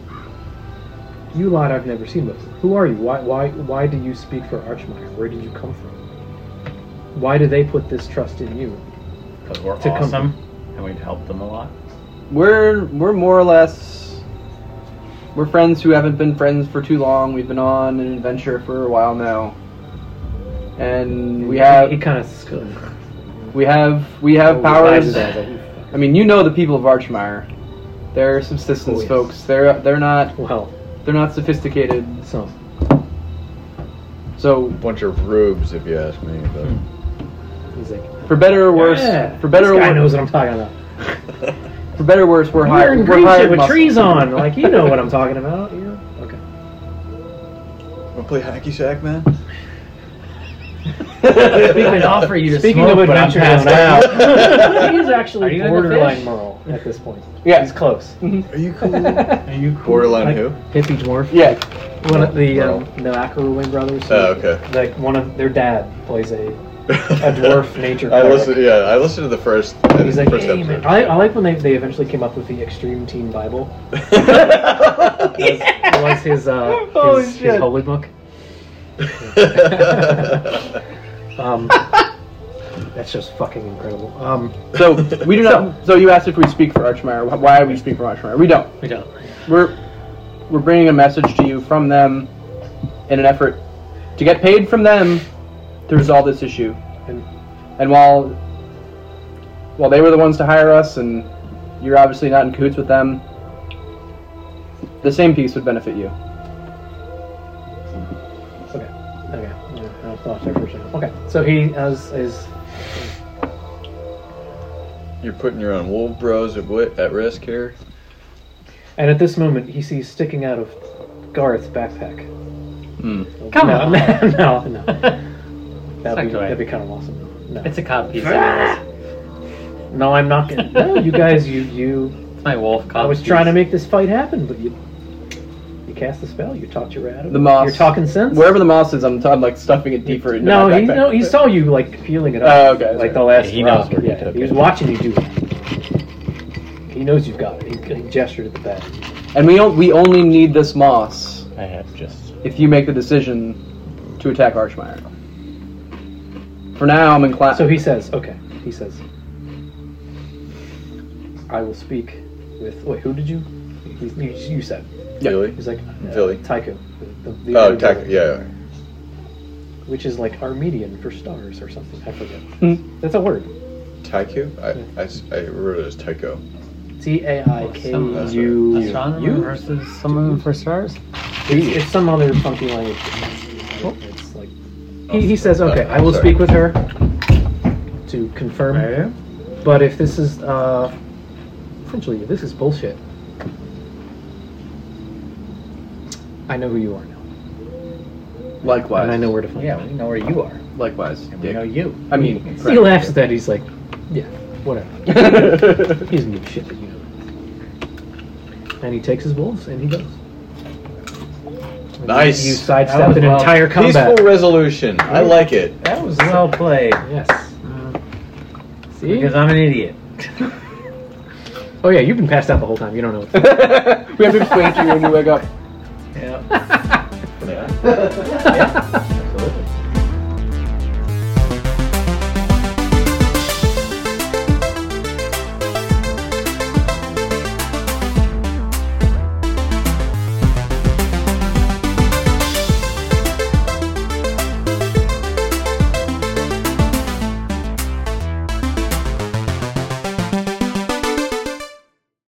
You lot I've never seen before. Who are you? Why why why do you speak for Archmire? Where did you come from? Why do they put this trust in you?
Because we're
To come-
awesome and we'd help them a lot.
We're we're more or less we're friends who haven't been friends for too long. We've been on an adventure for a while now, and we
he
have
kind of scoffs.
we have we have
Eyes
powers.
are all like,
I mean, you know the people of Archmire. They're subsistence
Oh, yes.
folks. They're they're not
Well,
they're not sophisticated.
so
So
bunch of rubes, if you ask me.
he's like,
for better or worse,
yeah,
for better
this
or
guy knows
worse,
what I'm talking about.
But
for better or worse, we're
We're
hired.
in
We're
green shit
hired
with
muscle.
trees on. Like you know what I'm talking about. Yeah. Okay.
wanna play hacky sack, man?
We could offer you to
Speaking
smoke,
of
but I'm
adventure zone,
passed out.
He's
Are
actually
you gonna
borderline
fish?
moral at this point.
Yeah.
He's close.
Are you cool? Are you cool? Borderline who?
Mm-hmm. Hippie dwarf.
Yeah,
One of the um, the Akaroway brothers.
Oh, okay.
Like one of their dad plays a a dwarf nature.
I
cleric.
listened. Yeah, I listened to the first. uh,
He's like,
first
hey, man.
episode.
I, I like when they, they eventually came up with the Extreme Teen Bible. That was, that was his uh his,
Oh,
Holy
his
shit.
holy book. Um, that's just fucking incredible. Um,
So we do not. So you asked if we speak for Archmire. Wh- Why we speak for Archmire? We don't.
We don't.
We're we're bringing a message to you from them in an effort to get paid from them to resolve this issue. And and while while they were the ones to hire us, and you're obviously not in cahoots with them, the same piece would benefit you.
okay, okay, yeah, I was lost there for a second. Okay, so he has is
You're putting your own wolf bros at, wi- at risk here.
And at this moment, he sees sticking out of Garth's backpack.
Hmm.
Come
no,
on.
No, no.
Sucked
That'd,
away.
be, that'd be kind of awesome. No,
It's a cop piece. I realize.
no I'm not gonna. No, you guys, you, you.
It's my wolf cop.
I was
piece.
trying to make this fight happen, but you. You cast the spell. You talked your way out of
The
it.
moss.
You're talking sense.
Wherever the moss is, I'm, t- I'm like stuffing it deeper into
no,
my
he
backpack.
no, he saw you like feeling it
Oh,
up.
okay,
Like
sorry.
the last.
Yeah, he knows
rock.
where you
Yeah,
took
he was
it.
watching you do it. He knows you've got it. He, he gestured at the bag.
And we don't. We only need this moss
I have just.
if you make the decision to attack Archmire. For now, I'm inclined.
Ah, So he says, okay, he says, I will speak with. Wait, who did you? You, you- you said.
Really?
He's like, uh,
Billy.
Tycho. the- the- the
Oh,
other
tech.
Billy,
Yeah.
Which is like Armenian for stars or something. I forget.
Hmm.
That's a word.
Tycho? I, I s- I wrote it as Tycho.
T A I K E
That's
U.
Astronomer
U.
versus someone for stars.
It's, it's some other funky language. It's like. Oh. He, he says, okay,
Uh,
I will
sorry.
speak with her to confirm. But if this is, uh, essentially, if this is bullshit, I know who you are now.
likewise,
And I know where to find
Yeah, we know where you are.
Likewise,
And we
Dick.
know you.
I mean,
you. He laughs at that. He's like, yeah, whatever.
correct.
He doesn't give a shit that you know. And he takes his wolves and he goes. And
Nice.
You, you sidestepped
was
an
well-
entire combat.
Peaceful resolution. I like it.
That was well played.
Yes. Uh, See?
Because I'm an idiot.
Oh yeah, you've been passed out the whole time. You don't know. What
we have to explain it to you when you wake up.
Yeah. yeah. Absolutely.